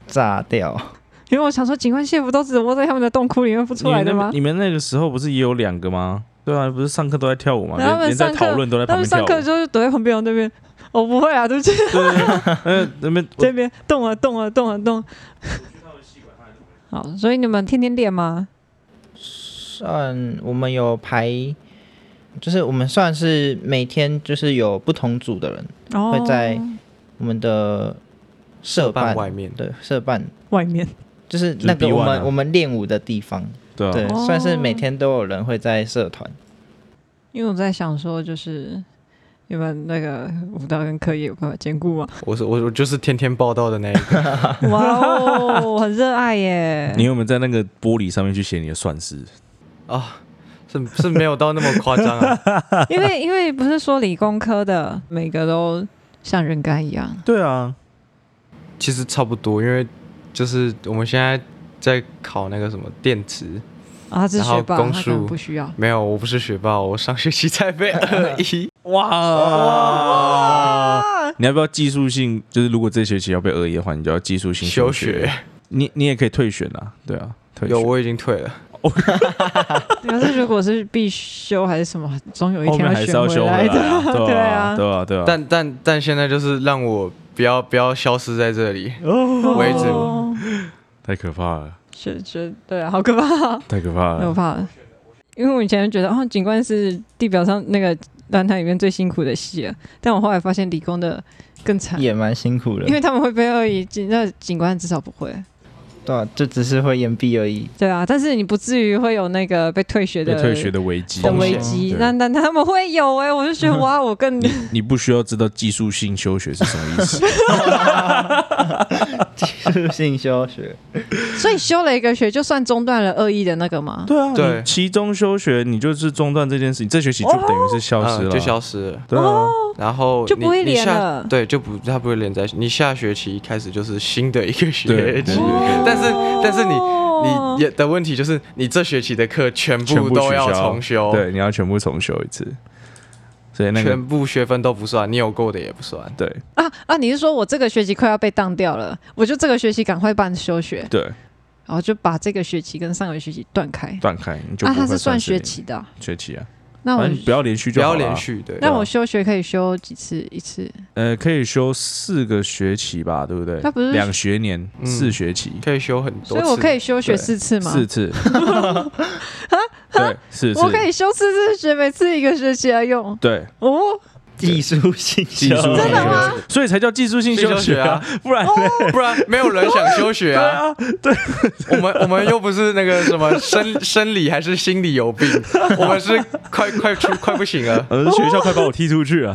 Speaker 3: 炸掉，
Speaker 2: 因为我想说，景观系不都只窝在他们的洞窟里面不出来的吗？
Speaker 1: 你们那？你们那个时候不是也有两个吗？对啊，不是上课都在跳舞吗？
Speaker 2: 然后他
Speaker 1: 连
Speaker 2: 们
Speaker 1: 连在
Speaker 2: 上课
Speaker 1: 讨论都在
Speaker 2: 他
Speaker 1: 旁边
Speaker 2: 们
Speaker 1: 跳
Speaker 2: 上课
Speaker 1: 舞。
Speaker 2: 就是躲在旁边那边， 我、不会啊，对不起，
Speaker 1: 对对 对，呃，那边
Speaker 2: 这边动啊动啊动啊动。好，所以你们天天练吗？
Speaker 3: 算我们有排，就是我们算是每天就是有不同组的人，
Speaker 2: 哦，
Speaker 3: 会在我们的社
Speaker 4: 办
Speaker 3: 办
Speaker 4: 外面的
Speaker 3: 对社办，
Speaker 2: 外面
Speaker 3: 就是
Speaker 1: 就是
Speaker 3: 那个
Speaker 1: B1
Speaker 3: 我们、
Speaker 1: 啊
Speaker 3: 我们练舞的地方，
Speaker 1: 对
Speaker 3: 对
Speaker 1: 啊，，
Speaker 2: 哦
Speaker 3: 算是每天都有人会在社团。
Speaker 2: 因为我在想说，就是你们那个舞蹈跟课业有办法兼顾 吗？
Speaker 4: 我是我我就是天天报道的那一个，
Speaker 2: 哇哦，很热爱耶！
Speaker 1: 你有没有在那个玻璃上面去写你的算式？
Speaker 4: 啊，是是没有到那么夸 张啊。
Speaker 2: 因为因为不是说理工科的每个都像人干一样，
Speaker 1: 对啊，
Speaker 4: 其实差不多，因为就是我们现在在考那个什么电池，
Speaker 2: 啊，他是
Speaker 4: 然后
Speaker 2: 学霸，
Speaker 4: 公
Speaker 2: 他可能
Speaker 4: 数
Speaker 2: 不需要。
Speaker 4: 没有，我不是学霸，我上学期才被二 一。
Speaker 1: 哇！你要不要技术性？就是如果这学期要被恶意的话，你就要技术性
Speaker 4: 休
Speaker 1: 学
Speaker 4: 学。
Speaker 1: 你你也可以退选啊，对啊，退选
Speaker 4: 有，我已经退了。
Speaker 2: 可是如果是必修还是什么，总有一
Speaker 1: 后
Speaker 2: 天
Speaker 1: 面还是
Speaker 2: 选
Speaker 1: 要修
Speaker 2: 回
Speaker 1: 回
Speaker 2: 来
Speaker 1: 来
Speaker 2: 的。
Speaker 1: 啊，对
Speaker 2: 对
Speaker 1: 啊，
Speaker 2: 啊
Speaker 1: 对啊，对啊。
Speaker 4: 但但但现在就是让我不要不要消失在这里。为止
Speaker 2: 哦
Speaker 1: 太可怕了，
Speaker 2: 是是，对啊，好可怕啊，
Speaker 1: 太可怕
Speaker 2: 我
Speaker 1: 了。
Speaker 2: 怕。因为我以前觉得哦，景观是地表上那个蓝台里面最辛苦的戏了，但我后来发现理工的更惨，
Speaker 3: 也蛮辛苦的
Speaker 2: 因，为他们会被恶意，景那景观至少不会。
Speaker 3: 对啊、就只是会延毕而 已。
Speaker 2: 对啊，但是你不至于会有那个被退学
Speaker 1: 被
Speaker 2: 的
Speaker 1: 退学的危机，
Speaker 2: 的
Speaker 4: 风险
Speaker 2: 危机
Speaker 1: 对。
Speaker 2: 那那那他们会有哎、我就 觉得哇，我更
Speaker 1: 你你不需要知道技术性休学是什么意 思，
Speaker 3: 技术性休学，
Speaker 2: 所以休了一个学，就算中断了恶意的那个嘛。
Speaker 1: 对啊，
Speaker 4: 对
Speaker 1: 你期中休学，你就是中断这件事情，这学
Speaker 2: 哦
Speaker 1: 期就等于是消失
Speaker 4: 嗯，
Speaker 1: 了，
Speaker 4: 就消失了。
Speaker 1: 对啊，
Speaker 4: 然后
Speaker 2: 就
Speaker 4: 你
Speaker 2: 不会
Speaker 4: 你
Speaker 2: 连
Speaker 4: 下
Speaker 2: 了
Speaker 4: 对，就不它不会连在一起。你下学期开始就是新的一个
Speaker 1: 对
Speaker 4: 学期
Speaker 1: 对，
Speaker 4: 但是但是你
Speaker 2: 哦
Speaker 4: 你也的问题就是你这学期的课全
Speaker 1: 全部
Speaker 4: 部都
Speaker 1: 取
Speaker 4: 要
Speaker 1: 消
Speaker 4: 重修，
Speaker 1: 对，你要全部重修一次，所以那个
Speaker 4: 全部学分都不算，你有过的也不算。
Speaker 1: 对
Speaker 2: 啊啊！你是说我这个学期快要被当掉了，我就这个学期赶快办休学，
Speaker 1: 对
Speaker 2: 然后就把这个学期跟上个学期断开。
Speaker 1: 断开，你就
Speaker 2: 啊，
Speaker 1: 不
Speaker 2: 它
Speaker 1: 会
Speaker 2: 是算
Speaker 1: 是你
Speaker 2: 学期的啊、
Speaker 1: 学期啊，
Speaker 2: 那我
Speaker 1: 反正不要连续
Speaker 4: 不
Speaker 1: 就好
Speaker 4: 要
Speaker 1: 了啊
Speaker 4: 连续，对，
Speaker 2: 那我休学可以休几次？一次？
Speaker 1: 呃，可以修四个学期吧，对不对？
Speaker 2: 它不是
Speaker 1: 两学年，
Speaker 4: 嗯
Speaker 1: 四学期，
Speaker 4: 可以修很多次。
Speaker 2: 所以我可以休学
Speaker 1: 对
Speaker 2: 四次吗？
Speaker 1: 四 次，对，四次
Speaker 2: 啊我，可以休四次学，每次一个学期来用
Speaker 1: 对，
Speaker 2: 哦。
Speaker 3: 技术性
Speaker 1: 技
Speaker 3: 休
Speaker 1: 术性
Speaker 3: 学
Speaker 1: 休学，所以才叫技术性
Speaker 4: 休
Speaker 1: 休学啊，不然
Speaker 4: 不然没有人想 休学啊。我们我们又不是那个什么生生理还是心理有病，我们是快快出快不行了。
Speaker 1: 呃学校快把我踢出去啊，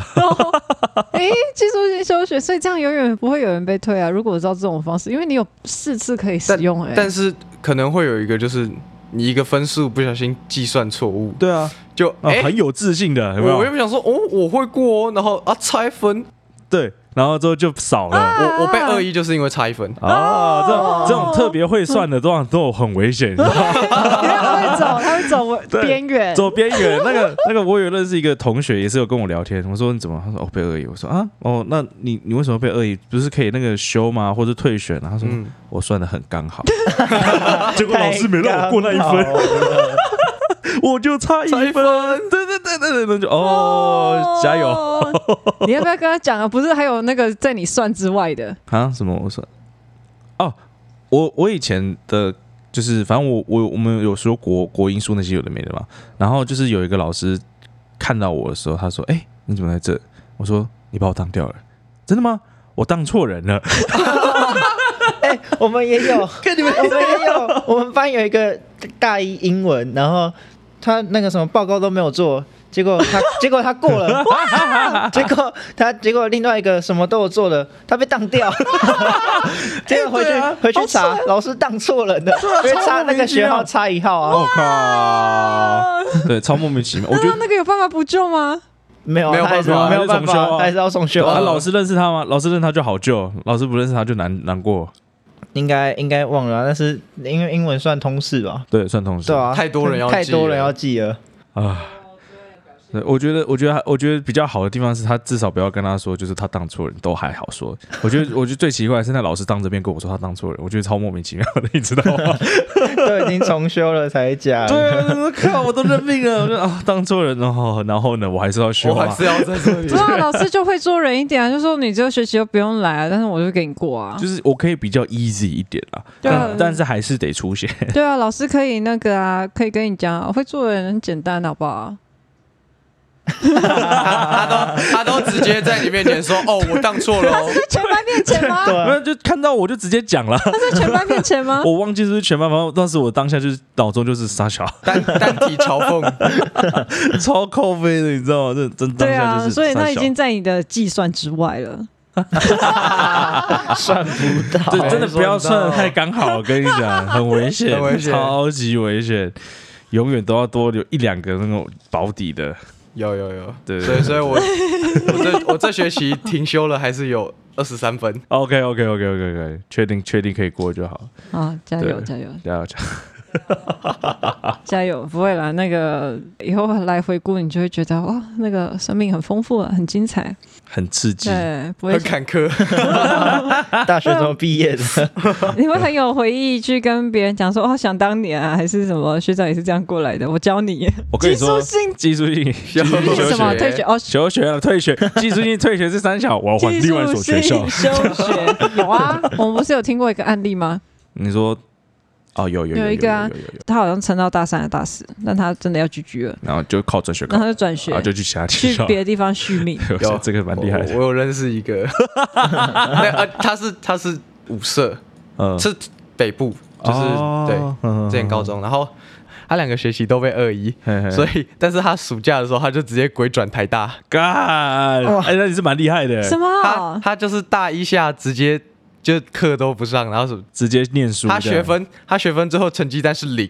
Speaker 2: 诶，技术性休学，所以这样永远不会有人被退啊。如果我知道这种方式，因为你有四次可以使用、
Speaker 1: 欸
Speaker 2: 诶，
Speaker 4: 但是可能会有一个，就是你一个分数不小心计算错误，
Speaker 1: 对啊，
Speaker 4: 就
Speaker 1: 啊
Speaker 4: 哎、
Speaker 1: 很有自信的，有没
Speaker 4: 我我
Speaker 1: 有
Speaker 4: 原？本想说哦我会过哦，然后啊差一分，
Speaker 1: 对，然后之后就少了。
Speaker 4: 我我被二一就是因为差一分，
Speaker 1: 啊，这种这种特别会算的，都都很危险，你知道吗？
Speaker 2: 因为他会走，他会走我
Speaker 1: 对
Speaker 2: 边缘。
Speaker 1: 走边缘。那个 那个，我有认识一个同学，也是有跟我聊天。我说你怎么？他说哦被恶意。我说啊哦，那你你为什么被恶意？不是可以那个休吗？或者退选啊？他说、
Speaker 4: 嗯
Speaker 1: 我算的很刚 好，结果老师没让我过那一分，
Speaker 3: 分，
Speaker 1: 我就差一
Speaker 4: 差一
Speaker 1: 分。
Speaker 4: 分，
Speaker 1: 对对对对对，那就哦加油！
Speaker 2: 你要不要跟他讲啊？不是还有那个在你算之外的
Speaker 1: 啊？什么？我说哦，我我以前的，就是反正我我我们有说国国英数那些有的没的嘛，然后就是有一个老师看到我的时候，他说：“哎、你怎么在这？”我说：“你把我当掉了，真的吗？我当错人了。
Speaker 3: 哎，我们也有，我们也有，我们班有一个大一英文，然后他那个什么报告都没有做，结果他结果他过了，结果他结果另外一个什么都有做了，他被当掉，结果回去
Speaker 1: 对啊
Speaker 3: 回去查，老师当错人的，因为差那个学号差一号
Speaker 1: 我
Speaker 3: 啊，
Speaker 1: 靠！对，超莫名其妙。我觉
Speaker 2: 哦
Speaker 1: 得
Speaker 2: 那那个有办法补救吗？
Speaker 3: 没有啊，
Speaker 4: 没有
Speaker 3: 他还是
Speaker 4: 办法
Speaker 3: 没有办
Speaker 1: 还是重修
Speaker 3: 法，
Speaker 1: 啊
Speaker 3: 他还是要重修
Speaker 1: 啊，
Speaker 3: 啊。
Speaker 1: 老师认识他吗？老师认识他就好救，老师不认识他就难难过。
Speaker 3: 应该应该忘了啊、但是因为英文算通识吧？
Speaker 1: 对，算同事。
Speaker 3: 对啊，
Speaker 4: 太多人要
Speaker 3: 太
Speaker 4: 记
Speaker 3: 多
Speaker 4: 了
Speaker 3: 人要记了。
Speaker 1: 啊。对，我觉得，我觉得，我觉得比较好的地方是他至少不要跟他说，就是他当错人都还好说。我觉得，我觉得最奇怪的是那老师当着面跟我说他当错人，我觉得超莫名其妙的，你知道 吗？
Speaker 3: 都已经重修了才讲。
Speaker 1: 对啊，就是靠，我都认命了，我就啊当错人哦，然后呢，我还是要修
Speaker 4: 我还
Speaker 1: 啊
Speaker 4: 是。要在这 里
Speaker 2: 不。啊，老师就会做人一点啊，就说你这个学期就不用来啊，但是我就给你过啊
Speaker 1: 就。是我可以比较 easy 一点啦，
Speaker 2: 对啊
Speaker 1: 但但是还是得出现。
Speaker 2: 对啊，老师可以那个啊，可以跟你讲啊，会做人很简单，好 不好？
Speaker 4: 他都他都直接在你面前说：“哦，我当错了哦。
Speaker 2: 是全班面前吗？
Speaker 3: 对啊
Speaker 1: 那就看到我就直接讲了，
Speaker 2: 是全班面前吗？
Speaker 1: 我忘记是不是全班，反正当时我当下就是脑中就是傻小，”
Speaker 4: 单单体嘲讽，
Speaker 1: 超扣分的，你知道吗？这真当
Speaker 2: 对
Speaker 1: 下就
Speaker 2: 啊，
Speaker 1: 是
Speaker 2: 所以
Speaker 1: 傻
Speaker 2: 那
Speaker 1: 小
Speaker 2: 已经在你的计算之外了。
Speaker 3: 算不 到。
Speaker 2: 哎
Speaker 1: 对，真的不要算的
Speaker 2: 哦
Speaker 4: 到
Speaker 1: 太刚好，我跟你讲，很危 险，
Speaker 4: 很危险
Speaker 1: 超级危险，永远都要多留一两个那种保底的。
Speaker 4: 有有有，
Speaker 1: 对
Speaker 4: 所以所以我我这我这学期停休了，还是有二十三分。
Speaker 1: OK OK OK OK OK，确定确定可以过就好，
Speaker 2: 啊，加油
Speaker 1: 对啊
Speaker 2: 加油
Speaker 1: 加油加油！
Speaker 2: 加油！不会啦，那个以后来回顾，你就会觉得哇，那个生命很丰富啊，很精彩。
Speaker 1: 很刺激，
Speaker 2: 对，不会
Speaker 4: 很，坎坷，
Speaker 3: 大学怎么毕业的？
Speaker 2: 你会很有回忆去跟别人讲说哦，想当年啊，还是什么学长也是这样过来的，我教你。
Speaker 1: 我跟
Speaker 2: 技
Speaker 1: 你说
Speaker 2: 术，性
Speaker 1: 技术性
Speaker 4: 休
Speaker 2: 是什么？
Speaker 4: 休学
Speaker 2: 退学哦，
Speaker 1: 休学了，退 学，技术性退学是三小，我要换
Speaker 2: 技
Speaker 1: 另外一
Speaker 2: 术
Speaker 1: 所学
Speaker 2: 性
Speaker 1: 校
Speaker 2: 休。学 有啊，我们不是有听过一个案例吗？
Speaker 1: 你说，哦，有有
Speaker 2: 有一个啊
Speaker 1: 有有有有，
Speaker 2: 他好像撑到大三还是大四，但他真的要拒绝了，
Speaker 1: 然后就靠转学考
Speaker 2: 然，后他就转学
Speaker 1: 然啊后就去其他学
Speaker 2: 去
Speaker 1: 校。
Speaker 2: 别的地方 续命。
Speaker 1: 我觉得这个蛮厉害
Speaker 4: 我
Speaker 1: 的，
Speaker 4: 我有认识 一个，那啊，他是他是舞社，
Speaker 1: 嗯，哦
Speaker 4: 是北部，就是、对，
Speaker 1: 对
Speaker 4: 之前高，中，然后他两个学期都被二一，
Speaker 1: 嗯嘿嘿
Speaker 4: 所以但是他暑假的时候他就直接鬼转台大，
Speaker 1: 干，哎，那你是蛮厉害的，
Speaker 2: 什
Speaker 1: 哦
Speaker 4: 他
Speaker 2: 么？
Speaker 4: 他就是大一下直接就课都不上，然后什么。
Speaker 1: 直接念书这
Speaker 4: 他
Speaker 1: 样。
Speaker 4: 学分，他学分之后成绩单是 零，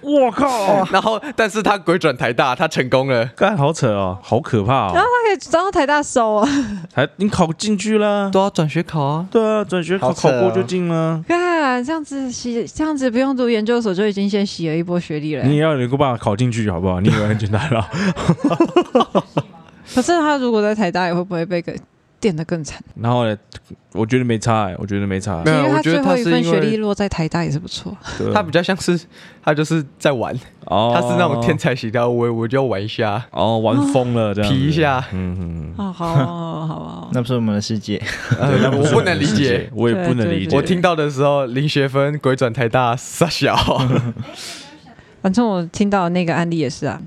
Speaker 1: 我靠，
Speaker 4: 然后但是他鬼转台大，他成 功了。
Speaker 1: 干好扯哦，好可怕哦
Speaker 2: 然后！
Speaker 4: 啊
Speaker 2: 他可以转到台大收啊！
Speaker 1: 还你考进去啦？
Speaker 4: 都要转学考啊，
Speaker 1: 对啊，转学考
Speaker 3: 好
Speaker 1: 考
Speaker 3: 扯哦
Speaker 1: 过就进啦。
Speaker 2: 看这样子洗，这样子不用读研究所就已经先洗了一波学历了欸、
Speaker 1: 你也要有个办法考进去，好不好？你以为很简单啦？
Speaker 2: 可是他如果在台大，也会不会被给电得更惨？
Speaker 1: 然后呢，我觉得没差哎，我觉得没差
Speaker 4: 没。有啊
Speaker 2: 因为
Speaker 4: 我觉
Speaker 2: 最
Speaker 4: 得他
Speaker 2: 后一
Speaker 4: 是
Speaker 2: 份
Speaker 4: 因
Speaker 2: 学
Speaker 4: 为
Speaker 2: 历落在台大也是不错。
Speaker 1: 对
Speaker 4: 嗯他比较像是他就是在玩，
Speaker 1: 哦
Speaker 4: 他是那种天才型的，我我就要玩一下，
Speaker 1: 哦，玩疯了这样子
Speaker 4: 皮一下。
Speaker 1: 嗯嗯嗯，
Speaker 2: 哦，好啊，好啊，好啊。
Speaker 3: 那不是我们的世界，
Speaker 4: 呃我不能理解。，
Speaker 1: 我也不能理
Speaker 2: 对对
Speaker 1: 解。
Speaker 2: 对
Speaker 4: 我听到的时候，零学分，鬼转台大，傻小。
Speaker 2: 反正我听到那个案例也是啊，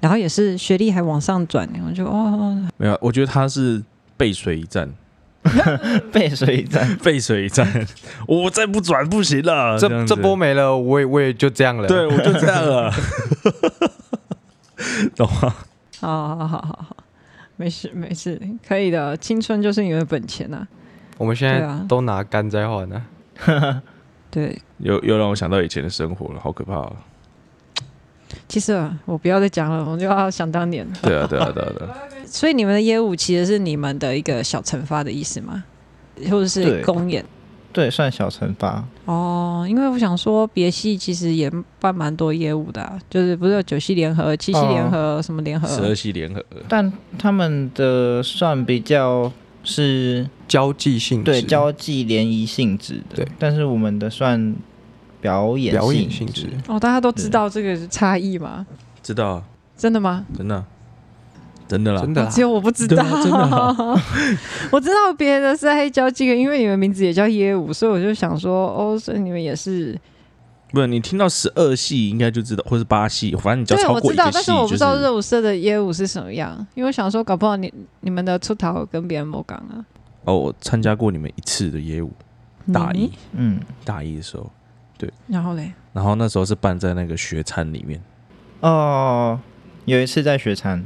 Speaker 2: 然后也是学历还往上转，我就哦，
Speaker 1: 没有，我觉得他是背水一战，
Speaker 3: 背水一战。
Speaker 1: 背水一战， 我再不转不行了。这
Speaker 4: 这
Speaker 1: 样子
Speaker 4: 这波没了，我也我也就这样了。
Speaker 1: 对，我就这样了， 懂吗？
Speaker 2: 哦好好好好好，没事没事，可以的，青春就是你的本钱呐、啊。
Speaker 4: 我们现
Speaker 2: 对
Speaker 4: 在
Speaker 2: 啊
Speaker 4: 都拿肝在换呢。
Speaker 2: 对，
Speaker 1: 又又让我想到以前的生活了，好可怕哦！
Speaker 2: 其实啊我不要再讲了，我就要想当年。
Speaker 1: 对啊，对啊，对啊，对啊。
Speaker 2: 所以你们的业务其实是你们的一个小惩罚的意思吗？或者是
Speaker 3: 对
Speaker 2: 公演？
Speaker 3: 对，算小惩罚。
Speaker 2: 哦，因为我想说，别系其实也办蛮多业务的啊、就是不是有九系联合、七系联
Speaker 4: 哦
Speaker 2: 合、什么联
Speaker 4: 啊
Speaker 2: 合？
Speaker 1: 十二系联合，
Speaker 3: 但他们的算比较是
Speaker 4: 交际性质
Speaker 3: 对交际联谊性质的，
Speaker 4: 对。
Speaker 3: 但是我们的算表演
Speaker 4: 表演
Speaker 3: 性
Speaker 4: 性质，
Speaker 2: 哦，大家都知道这个差异吗？
Speaker 1: 知道啊，
Speaker 2: 真的吗？
Speaker 1: 真的啊，真的啦，
Speaker 4: 真的
Speaker 2: 哦
Speaker 4: 啦
Speaker 2: 只有我不知道，
Speaker 1: 对啊真的啊
Speaker 2: 我知道别的是黑胶机，因为你们名字也叫业务，所以我就想说，哦，所以你们也是。
Speaker 1: 不是你听到十二系应该就知道，或是八系，反正你只要
Speaker 2: 对，
Speaker 1: 超
Speaker 2: 我
Speaker 1: 过
Speaker 2: 知
Speaker 1: 一个
Speaker 2: 道
Speaker 1: 系，，
Speaker 2: 但是我不知道
Speaker 1: 就是
Speaker 2: 热舞社的业务是什么样，因为我想说，搞不好你你们的出逃跟别人不讲啊。
Speaker 1: 哦，我参加过你们一次的业务，大一
Speaker 2: 嗯，
Speaker 3: 嗯，
Speaker 1: 大一的时候，
Speaker 2: 然后嘞，
Speaker 1: 然后那时候是办在那个学餐里面，
Speaker 3: 哦，有一次在学餐，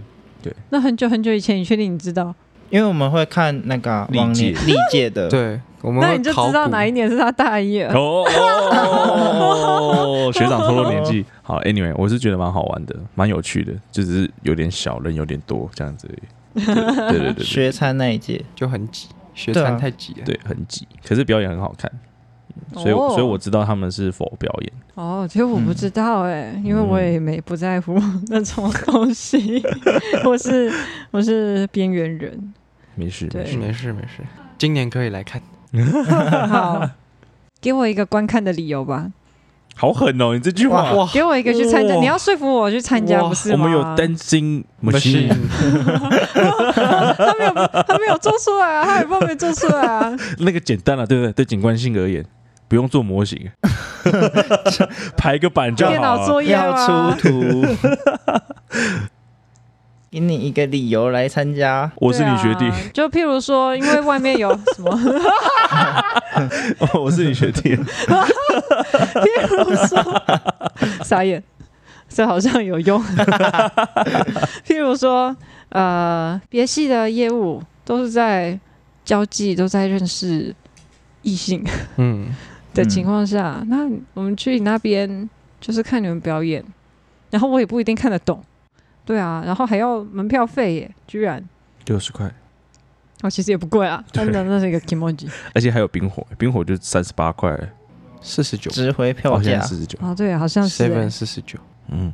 Speaker 2: 那很久很久以前，你确定你知道？
Speaker 3: 因为我们会看那个啊
Speaker 1: 历
Speaker 3: 往
Speaker 1: 届
Speaker 3: 年历届的，
Speaker 4: 对，我们
Speaker 2: 那
Speaker 4: 会
Speaker 2: 你就
Speaker 4: 考
Speaker 2: 知道
Speaker 4: 古
Speaker 2: 哪一年是他大一了。
Speaker 1: 哦哦，学长透露年纪。好，Anyway，我是觉得蛮好玩的，蛮有趣的，就只是有点小，人有点多这样子而已。对对对对对，
Speaker 3: 学餐那一届，
Speaker 4: 就很挤，学
Speaker 3: 对啊
Speaker 4: 餐太挤了。
Speaker 1: 对很挤，可是表演很好看，所以我
Speaker 2: 哦
Speaker 1: 所以我知道他们是否表演。
Speaker 2: 哦，其实我不
Speaker 1: 嗯
Speaker 2: 知道哎、因为我也没不在乎 那种东西， 我是我是边缘人。
Speaker 1: 没事，
Speaker 2: 对
Speaker 1: 没事。
Speaker 4: 没事没事，今年可以来看。
Speaker 2: 好，给我一个观看的理由吧，
Speaker 1: 好狠哦！你这句话，
Speaker 4: 哇
Speaker 2: 给我一个去参加，
Speaker 1: 哇
Speaker 2: 你要说服我去参加，
Speaker 4: 哇
Speaker 2: 不是
Speaker 1: 我
Speaker 2: 吗？
Speaker 1: 们有担心
Speaker 4: machine，
Speaker 1: machine
Speaker 2: 他没有，他没有做出来啊，他海报没做出来啊。
Speaker 1: 那个简单了、对不对？对景观性而言，不用做模型，排个版就好啊
Speaker 2: 电脑
Speaker 1: 了。
Speaker 2: 作业啊
Speaker 3: 要啊
Speaker 2: 吗
Speaker 3: 出？图，给你一个理由来参加。
Speaker 1: 我是你学弟
Speaker 2: 对，啊就譬如说，因为外面有什么，
Speaker 1: 我是你学弟，
Speaker 2: 譬如说，傻眼，这好像有用。譬如说，呃，别系的业务都是在交际，都在认识异性
Speaker 4: 嗯，
Speaker 2: 的情况下，那我们去你那边就是看你们表演，然后我也不一定看得懂，对啊，然后还要门票费耶，居然。
Speaker 1: 六十块，
Speaker 2: 哦，其实也不贵啊，
Speaker 1: 对
Speaker 2: 真的那是一个 emoji
Speaker 1: 而且还有冰火，冰火就三十八块，
Speaker 4: 四十九
Speaker 3: 值回票
Speaker 1: 好像
Speaker 3: 价，
Speaker 1: 四十九。
Speaker 2: 啊，对，好像是欸、
Speaker 4: ，seven 四十九，
Speaker 1: 嗯，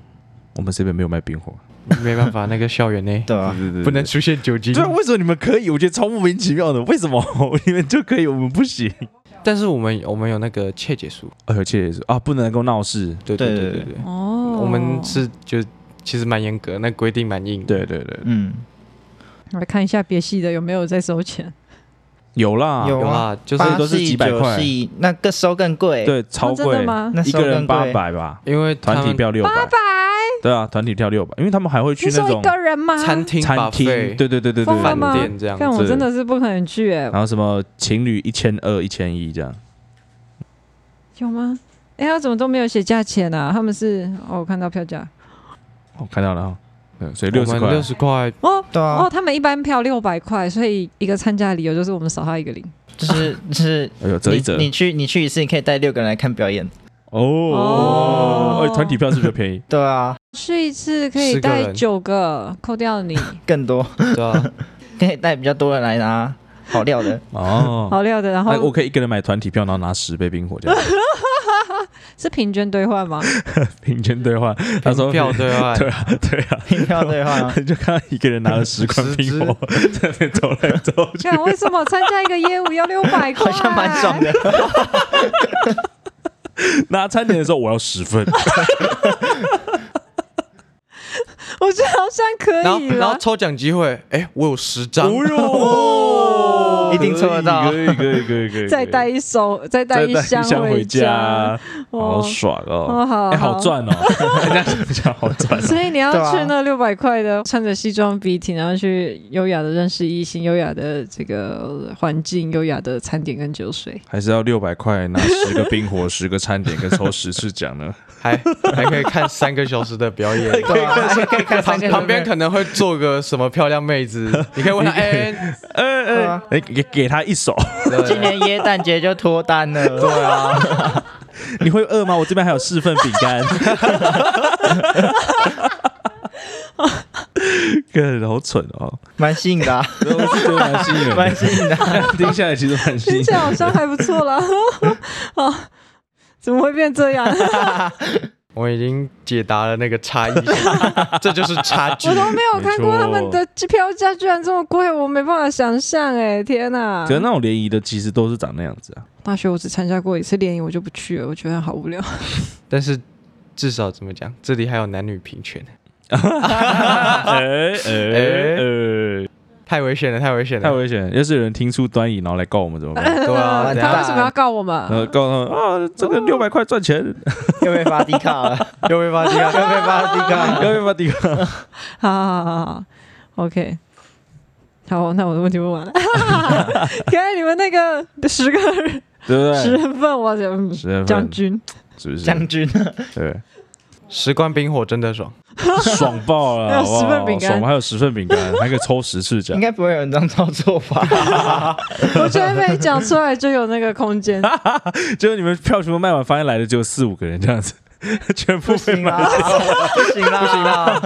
Speaker 1: 我们这边没有卖冰火，
Speaker 4: 没办法，那个校园内
Speaker 3: 对啊，
Speaker 1: 对对
Speaker 4: 不能。出现酒精
Speaker 1: 对，。啊为什么你们可以？我觉得超莫名其妙的，为什么你们就可以，我们不行？
Speaker 4: 但是我们我们有那个窃结书，
Speaker 1: 而且是啊，不能够闹事。
Speaker 4: 对
Speaker 3: 对
Speaker 4: 对
Speaker 3: 对
Speaker 4: 对对，
Speaker 2: 哦，
Speaker 4: 我们是就其实蛮严格，那规定蛮硬。，
Speaker 1: 对对对，
Speaker 3: 嗯，
Speaker 2: 我来看一下别系的有没有在收钱，
Speaker 1: 有啦，
Speaker 3: 有
Speaker 4: 有啦，就是
Speaker 1: 所以
Speaker 3: 八
Speaker 1: 都是
Speaker 3: 系
Speaker 1: 几百
Speaker 3: 九
Speaker 1: 块
Speaker 3: 系那个收更贵，，
Speaker 1: 对，
Speaker 2: 哦
Speaker 1: 超
Speaker 2: 真的
Speaker 1: 贵，
Speaker 2: 吗？
Speaker 3: 那
Speaker 1: 一
Speaker 3: 收
Speaker 1: 个人
Speaker 3: 更
Speaker 1: 八
Speaker 3: 贵，
Speaker 1: 百吧，
Speaker 4: 因为他
Speaker 1: 团体
Speaker 4: 们
Speaker 1: 票六
Speaker 2: 八
Speaker 1: 百，
Speaker 2: 百，
Speaker 1: 对啊，团体票六百，因为他们还会去
Speaker 2: 你
Speaker 1: 那
Speaker 2: 说
Speaker 1: 种
Speaker 2: 一个人吗？
Speaker 4: 餐厅
Speaker 1: 餐厅，
Speaker 4: buffet
Speaker 1: 对对对对对
Speaker 2: 啊疯了
Speaker 1: 对
Speaker 4: 饭
Speaker 2: 吗
Speaker 1: 对，
Speaker 4: 店这样
Speaker 2: 但
Speaker 4: 子。
Speaker 2: 我真的是不可能去哎、
Speaker 1: 然后什么情侣一千二、一千一这样，
Speaker 2: 有吗？哎、他怎么都没有写价钱啊？他们是哦，我看到票价
Speaker 1: 我哦看到了哈，嗯，所以六
Speaker 4: 我
Speaker 1: 十
Speaker 4: 们
Speaker 1: 块
Speaker 4: 六，十块，
Speaker 2: 哦、
Speaker 3: 对
Speaker 2: 哦，
Speaker 3: 啊，
Speaker 2: 他们一般票六百块，所以一个参加的理由就是我们少他一个零。
Speaker 3: 就是就是
Speaker 1: 哎呦，折一
Speaker 3: 你
Speaker 1: 折
Speaker 3: 你去你去一次，你可以带六个人来看表演，？
Speaker 1: 哦，
Speaker 2: 哦
Speaker 1: 哎，团体票是不是 便宜
Speaker 3: 对啊，
Speaker 2: 去一次可以
Speaker 4: 十个人
Speaker 2: 带九个，扣掉你
Speaker 3: 更多
Speaker 4: 对啊，
Speaker 3: 可以带比较多人来拿好料的，
Speaker 1: 哦，
Speaker 2: 好料的，然后
Speaker 1: 哎，我可以一个人买团体票，然后拿十杯冰火 这样，
Speaker 2: 是平均兑换吗？
Speaker 1: 平均兑换。他说
Speaker 4: 票对吧？
Speaker 1: 对啊，对啊，？
Speaker 3: 听到对话吗
Speaker 1: 就看到一个人拿了 十罐
Speaker 4: 十
Speaker 1: 冰
Speaker 4: 支
Speaker 1: 火在那边走来走 去，
Speaker 2: 看为什么参加一个业务要六百块？
Speaker 3: 好像蛮爽的，
Speaker 1: 拿餐点的时候我要十份，
Speaker 2: 我觉得好像可
Speaker 4: 然后
Speaker 2: 以啊
Speaker 4: 然后
Speaker 2: 了。
Speaker 4: 抽奖机会，哎，我有十张，
Speaker 1: 哦
Speaker 3: 一定抽得到
Speaker 1: 可以可以可以可以，
Speaker 2: 再带一手，再带
Speaker 1: 再
Speaker 2: 一
Speaker 1: 带
Speaker 2: 箱
Speaker 1: 箱回
Speaker 2: 家
Speaker 1: 家，，好
Speaker 2: 哦
Speaker 1: 爽
Speaker 2: 哦
Speaker 1: 哦，
Speaker 2: 好
Speaker 1: 哎，好
Speaker 2: 好
Speaker 1: 赚哦， 人家想想好赚哦，
Speaker 2: 所以你要
Speaker 3: 对啊
Speaker 2: 去那六百块的，穿着西装笔挺，然后去优雅的认识异性，优雅的这个环境，优雅的餐点跟酒水。
Speaker 1: 还是要六百块拿十个冰火、十个餐点跟抽十次奖呢？
Speaker 4: 还还可以看三个小时的表演。
Speaker 3: 对啊，还可以看
Speaker 4: 旁
Speaker 3: 三个人
Speaker 4: 旁边可能会坐个什么漂亮妹子，你可 以问她，哎，
Speaker 1: 呃
Speaker 3: 对啊
Speaker 1: 呃，哎给给他一手，
Speaker 3: 今年耶诞节就脱单了，对啊，
Speaker 1: 你会饿吗？我这边还有四份饼 干。个好蠢哦，
Speaker 3: 蛮吸引的啊，
Speaker 1: 我是觉得 蛮吸引人
Speaker 3: 蛮吸引的啊，
Speaker 1: 的，听下来其实蛮吸
Speaker 2: 听
Speaker 1: 引
Speaker 2: 起来好
Speaker 1: 人的。
Speaker 2: 像还不错啦。哦，怎么会变这样？我
Speaker 4: 我已经解答了那个差异性，这就是差距。
Speaker 2: 都没有看过
Speaker 1: 没错
Speaker 2: 他们的机票价居然这么贵，我没办法想象哎、天哪
Speaker 1: 可！能那种联谊的其实都是长那样子啊，
Speaker 2: 大学我只参加过一次联谊，我就不去了，我觉得好无聊。
Speaker 4: 但是至少怎么讲，这里还有男女平权，
Speaker 1: 哎哎哎，
Speaker 4: 太危险了，太危险
Speaker 1: 太
Speaker 4: 了。
Speaker 1: 危险了！要是有人听出端倪，然后来告我们怎么 办？
Speaker 4: 对啊，
Speaker 3: 完
Speaker 4: 等
Speaker 3: 蛋
Speaker 2: 他
Speaker 4: 下
Speaker 2: 为什么要告我们？
Speaker 1: 然后告诉他们啊，这个
Speaker 2: 哦
Speaker 1: 六百块赚 钱，
Speaker 3: 又被发迪卡了，
Speaker 4: 又被发现
Speaker 3: 又被
Speaker 4: 了。
Speaker 3: 发迪 卡了，
Speaker 1: 要不要抵抗？
Speaker 2: 好好好好好，OK。好，那我的问题问完了。原来你们那个十个人
Speaker 1: 对不
Speaker 2: 十
Speaker 1: 对？
Speaker 2: 人份，我讲
Speaker 1: 十人份
Speaker 2: 将军，
Speaker 1: 是不是？
Speaker 3: 将军，
Speaker 1: 对，
Speaker 4: 十罐冰火真的爽，
Speaker 1: 爽爆了，
Speaker 2: 还有
Speaker 1: 好不好
Speaker 2: 十份饼干
Speaker 1: 爽还有十份饼 干，还可以抽十次奖
Speaker 3: 应。该不会有人这样操作吧？
Speaker 2: 我觉得被讲出来就有那个空间。
Speaker 1: 结果你们票全部卖完，发现来的只有四五个人这样子， 全部
Speaker 3: 不
Speaker 1: 被
Speaker 3: 行
Speaker 1: 卖。
Speaker 3: 啦，不行啦，不行啦，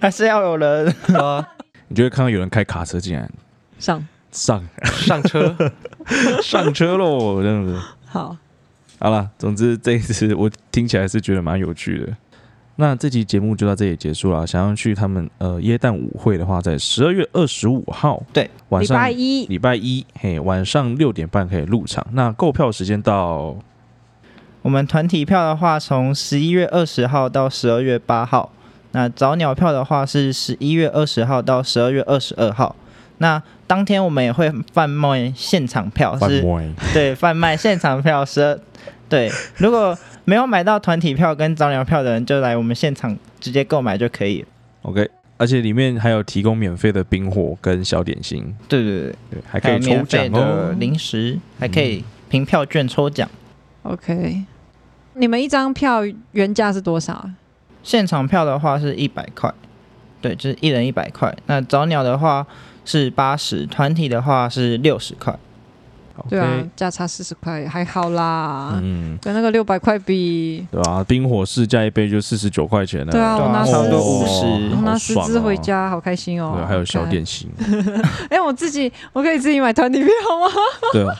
Speaker 3: 还是要有人。
Speaker 4: 对啊，
Speaker 1: 你就会看到有人开卡车进来，
Speaker 2: 上
Speaker 1: 上
Speaker 4: 上车
Speaker 1: 上车喽，这样子。
Speaker 2: 好，
Speaker 1: 好了，总之这一次我听起来是觉得蛮有趣的。那这期节目就到这里结束了。想要去他们呃耶诞舞会的话，在十二月二十五号
Speaker 3: 对
Speaker 1: 晚
Speaker 2: 礼
Speaker 1: 上
Speaker 2: 拜一
Speaker 1: 礼拜一嘿晚上六点半可以入场。那购票时间到
Speaker 3: 我们团体票的话，从十一月二十号到十二月八号；那早鸟票的话是十一月二十号到十二月二十二号。那当天我们也会贩卖现场票，
Speaker 1: 半
Speaker 3: 是
Speaker 1: 麦
Speaker 3: 对，贩卖现场票十二。对，如果没有买到团体票跟早鸟票的人，就来我们现场直接购买就可以了。
Speaker 1: OK，而且里面还有提供免费的冰火跟小点心，
Speaker 3: 对对对，
Speaker 1: 对，还
Speaker 3: 还
Speaker 1: 可
Speaker 3: 有
Speaker 1: 以抽
Speaker 3: 免
Speaker 1: 奖
Speaker 3: 费的
Speaker 1: 哦。嗯
Speaker 3: 零食，还可以凭票券抽奖。
Speaker 2: ，OK。你们一张票原价是多少？
Speaker 3: 现场票的话是一百块，对，就是一人一百块。那早鸟的话是八十，团体的话是六十块。
Speaker 2: 对啊
Speaker 1: OK，，
Speaker 2: 价差四十块，还好啦，
Speaker 1: 嗯，
Speaker 2: 跟那个六百块比，
Speaker 1: 对啊，冰火试驾一杯就四十九块钱了，哦
Speaker 2: 对啊
Speaker 3: 对
Speaker 2: 我拿
Speaker 3: 啊，
Speaker 2: 十
Speaker 3: 差不多
Speaker 2: 支
Speaker 3: 五十
Speaker 2: 我。拿十
Speaker 1: 爽
Speaker 2: 支
Speaker 1: 哦
Speaker 2: 回家，好开心哦。
Speaker 1: 对，还有小
Speaker 2: 看
Speaker 1: 点心，
Speaker 2: 哎、我自己我可以自己买团体票吗？
Speaker 1: 对啊，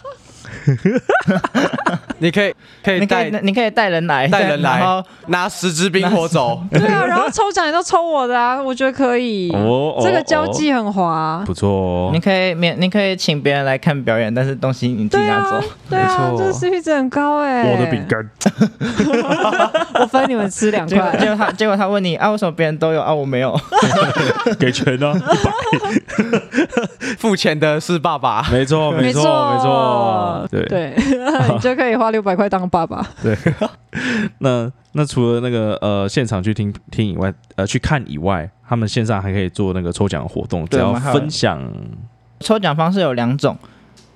Speaker 4: 你可以可以
Speaker 3: 你可以
Speaker 4: 带
Speaker 3: 你可以带人来，
Speaker 4: 带人来
Speaker 3: 然后
Speaker 4: 拿十支冰火走，
Speaker 2: 对啊，然后抽奖也都抽我的啊，我觉得可以。
Speaker 1: 哦，
Speaker 2: 这个
Speaker 1: 哦
Speaker 2: 交际很滑。
Speaker 1: 不错哦
Speaker 3: 你。可以免，你可以请别人来看表演，但是东西你自己
Speaker 2: 对
Speaker 3: 拿
Speaker 2: 啊
Speaker 3: 走。，
Speaker 2: 对啊，
Speaker 4: 没错
Speaker 2: 这 CP 值很高哎、
Speaker 1: 我的饼，干，
Speaker 2: 我分你们 吃两
Speaker 3: 结果结
Speaker 2: 块。
Speaker 3: 果他结果他问你啊，为什么别人都有啊，我没有？
Speaker 1: 给钱啊！
Speaker 4: 付钱的是爸 爸。
Speaker 1: 没错，没错，没错，对
Speaker 2: 对， 你就可以花六百块当爸爸。
Speaker 1: 那那除了那个呃现场去听听以外，呃去看以外，他们线上还可以做那个抽奖活动，只
Speaker 3: 对
Speaker 1: 要
Speaker 3: 我们还有
Speaker 1: 分享
Speaker 3: 抽奖方式有两种，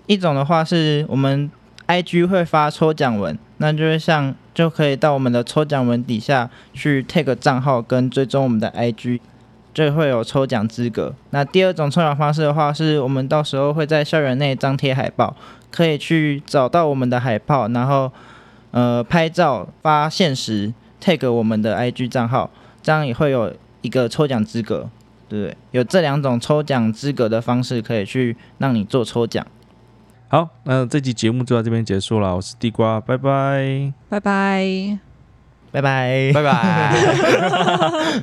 Speaker 3: 一种的话是我们 IG 会发抽奖文，那就是像就可以到我们的抽奖文底下去 tag 账号跟追踪我们的 IG，就会有抽奖资格。那第二种抽奖方式的话，是我们到时候会在校园内张贴海报，可以去找到我们的海报，然后呃拍照发现实 tag 我们的 IG 账号，这样也会有一个抽奖资格。对不对？有这两种抽奖资格的方式可以去让你做抽奖。
Speaker 1: 好，那这期节目就到这边结束了。我是地瓜，拜拜。
Speaker 2: 拜拜。
Speaker 3: 拜拜。
Speaker 4: 拜拜。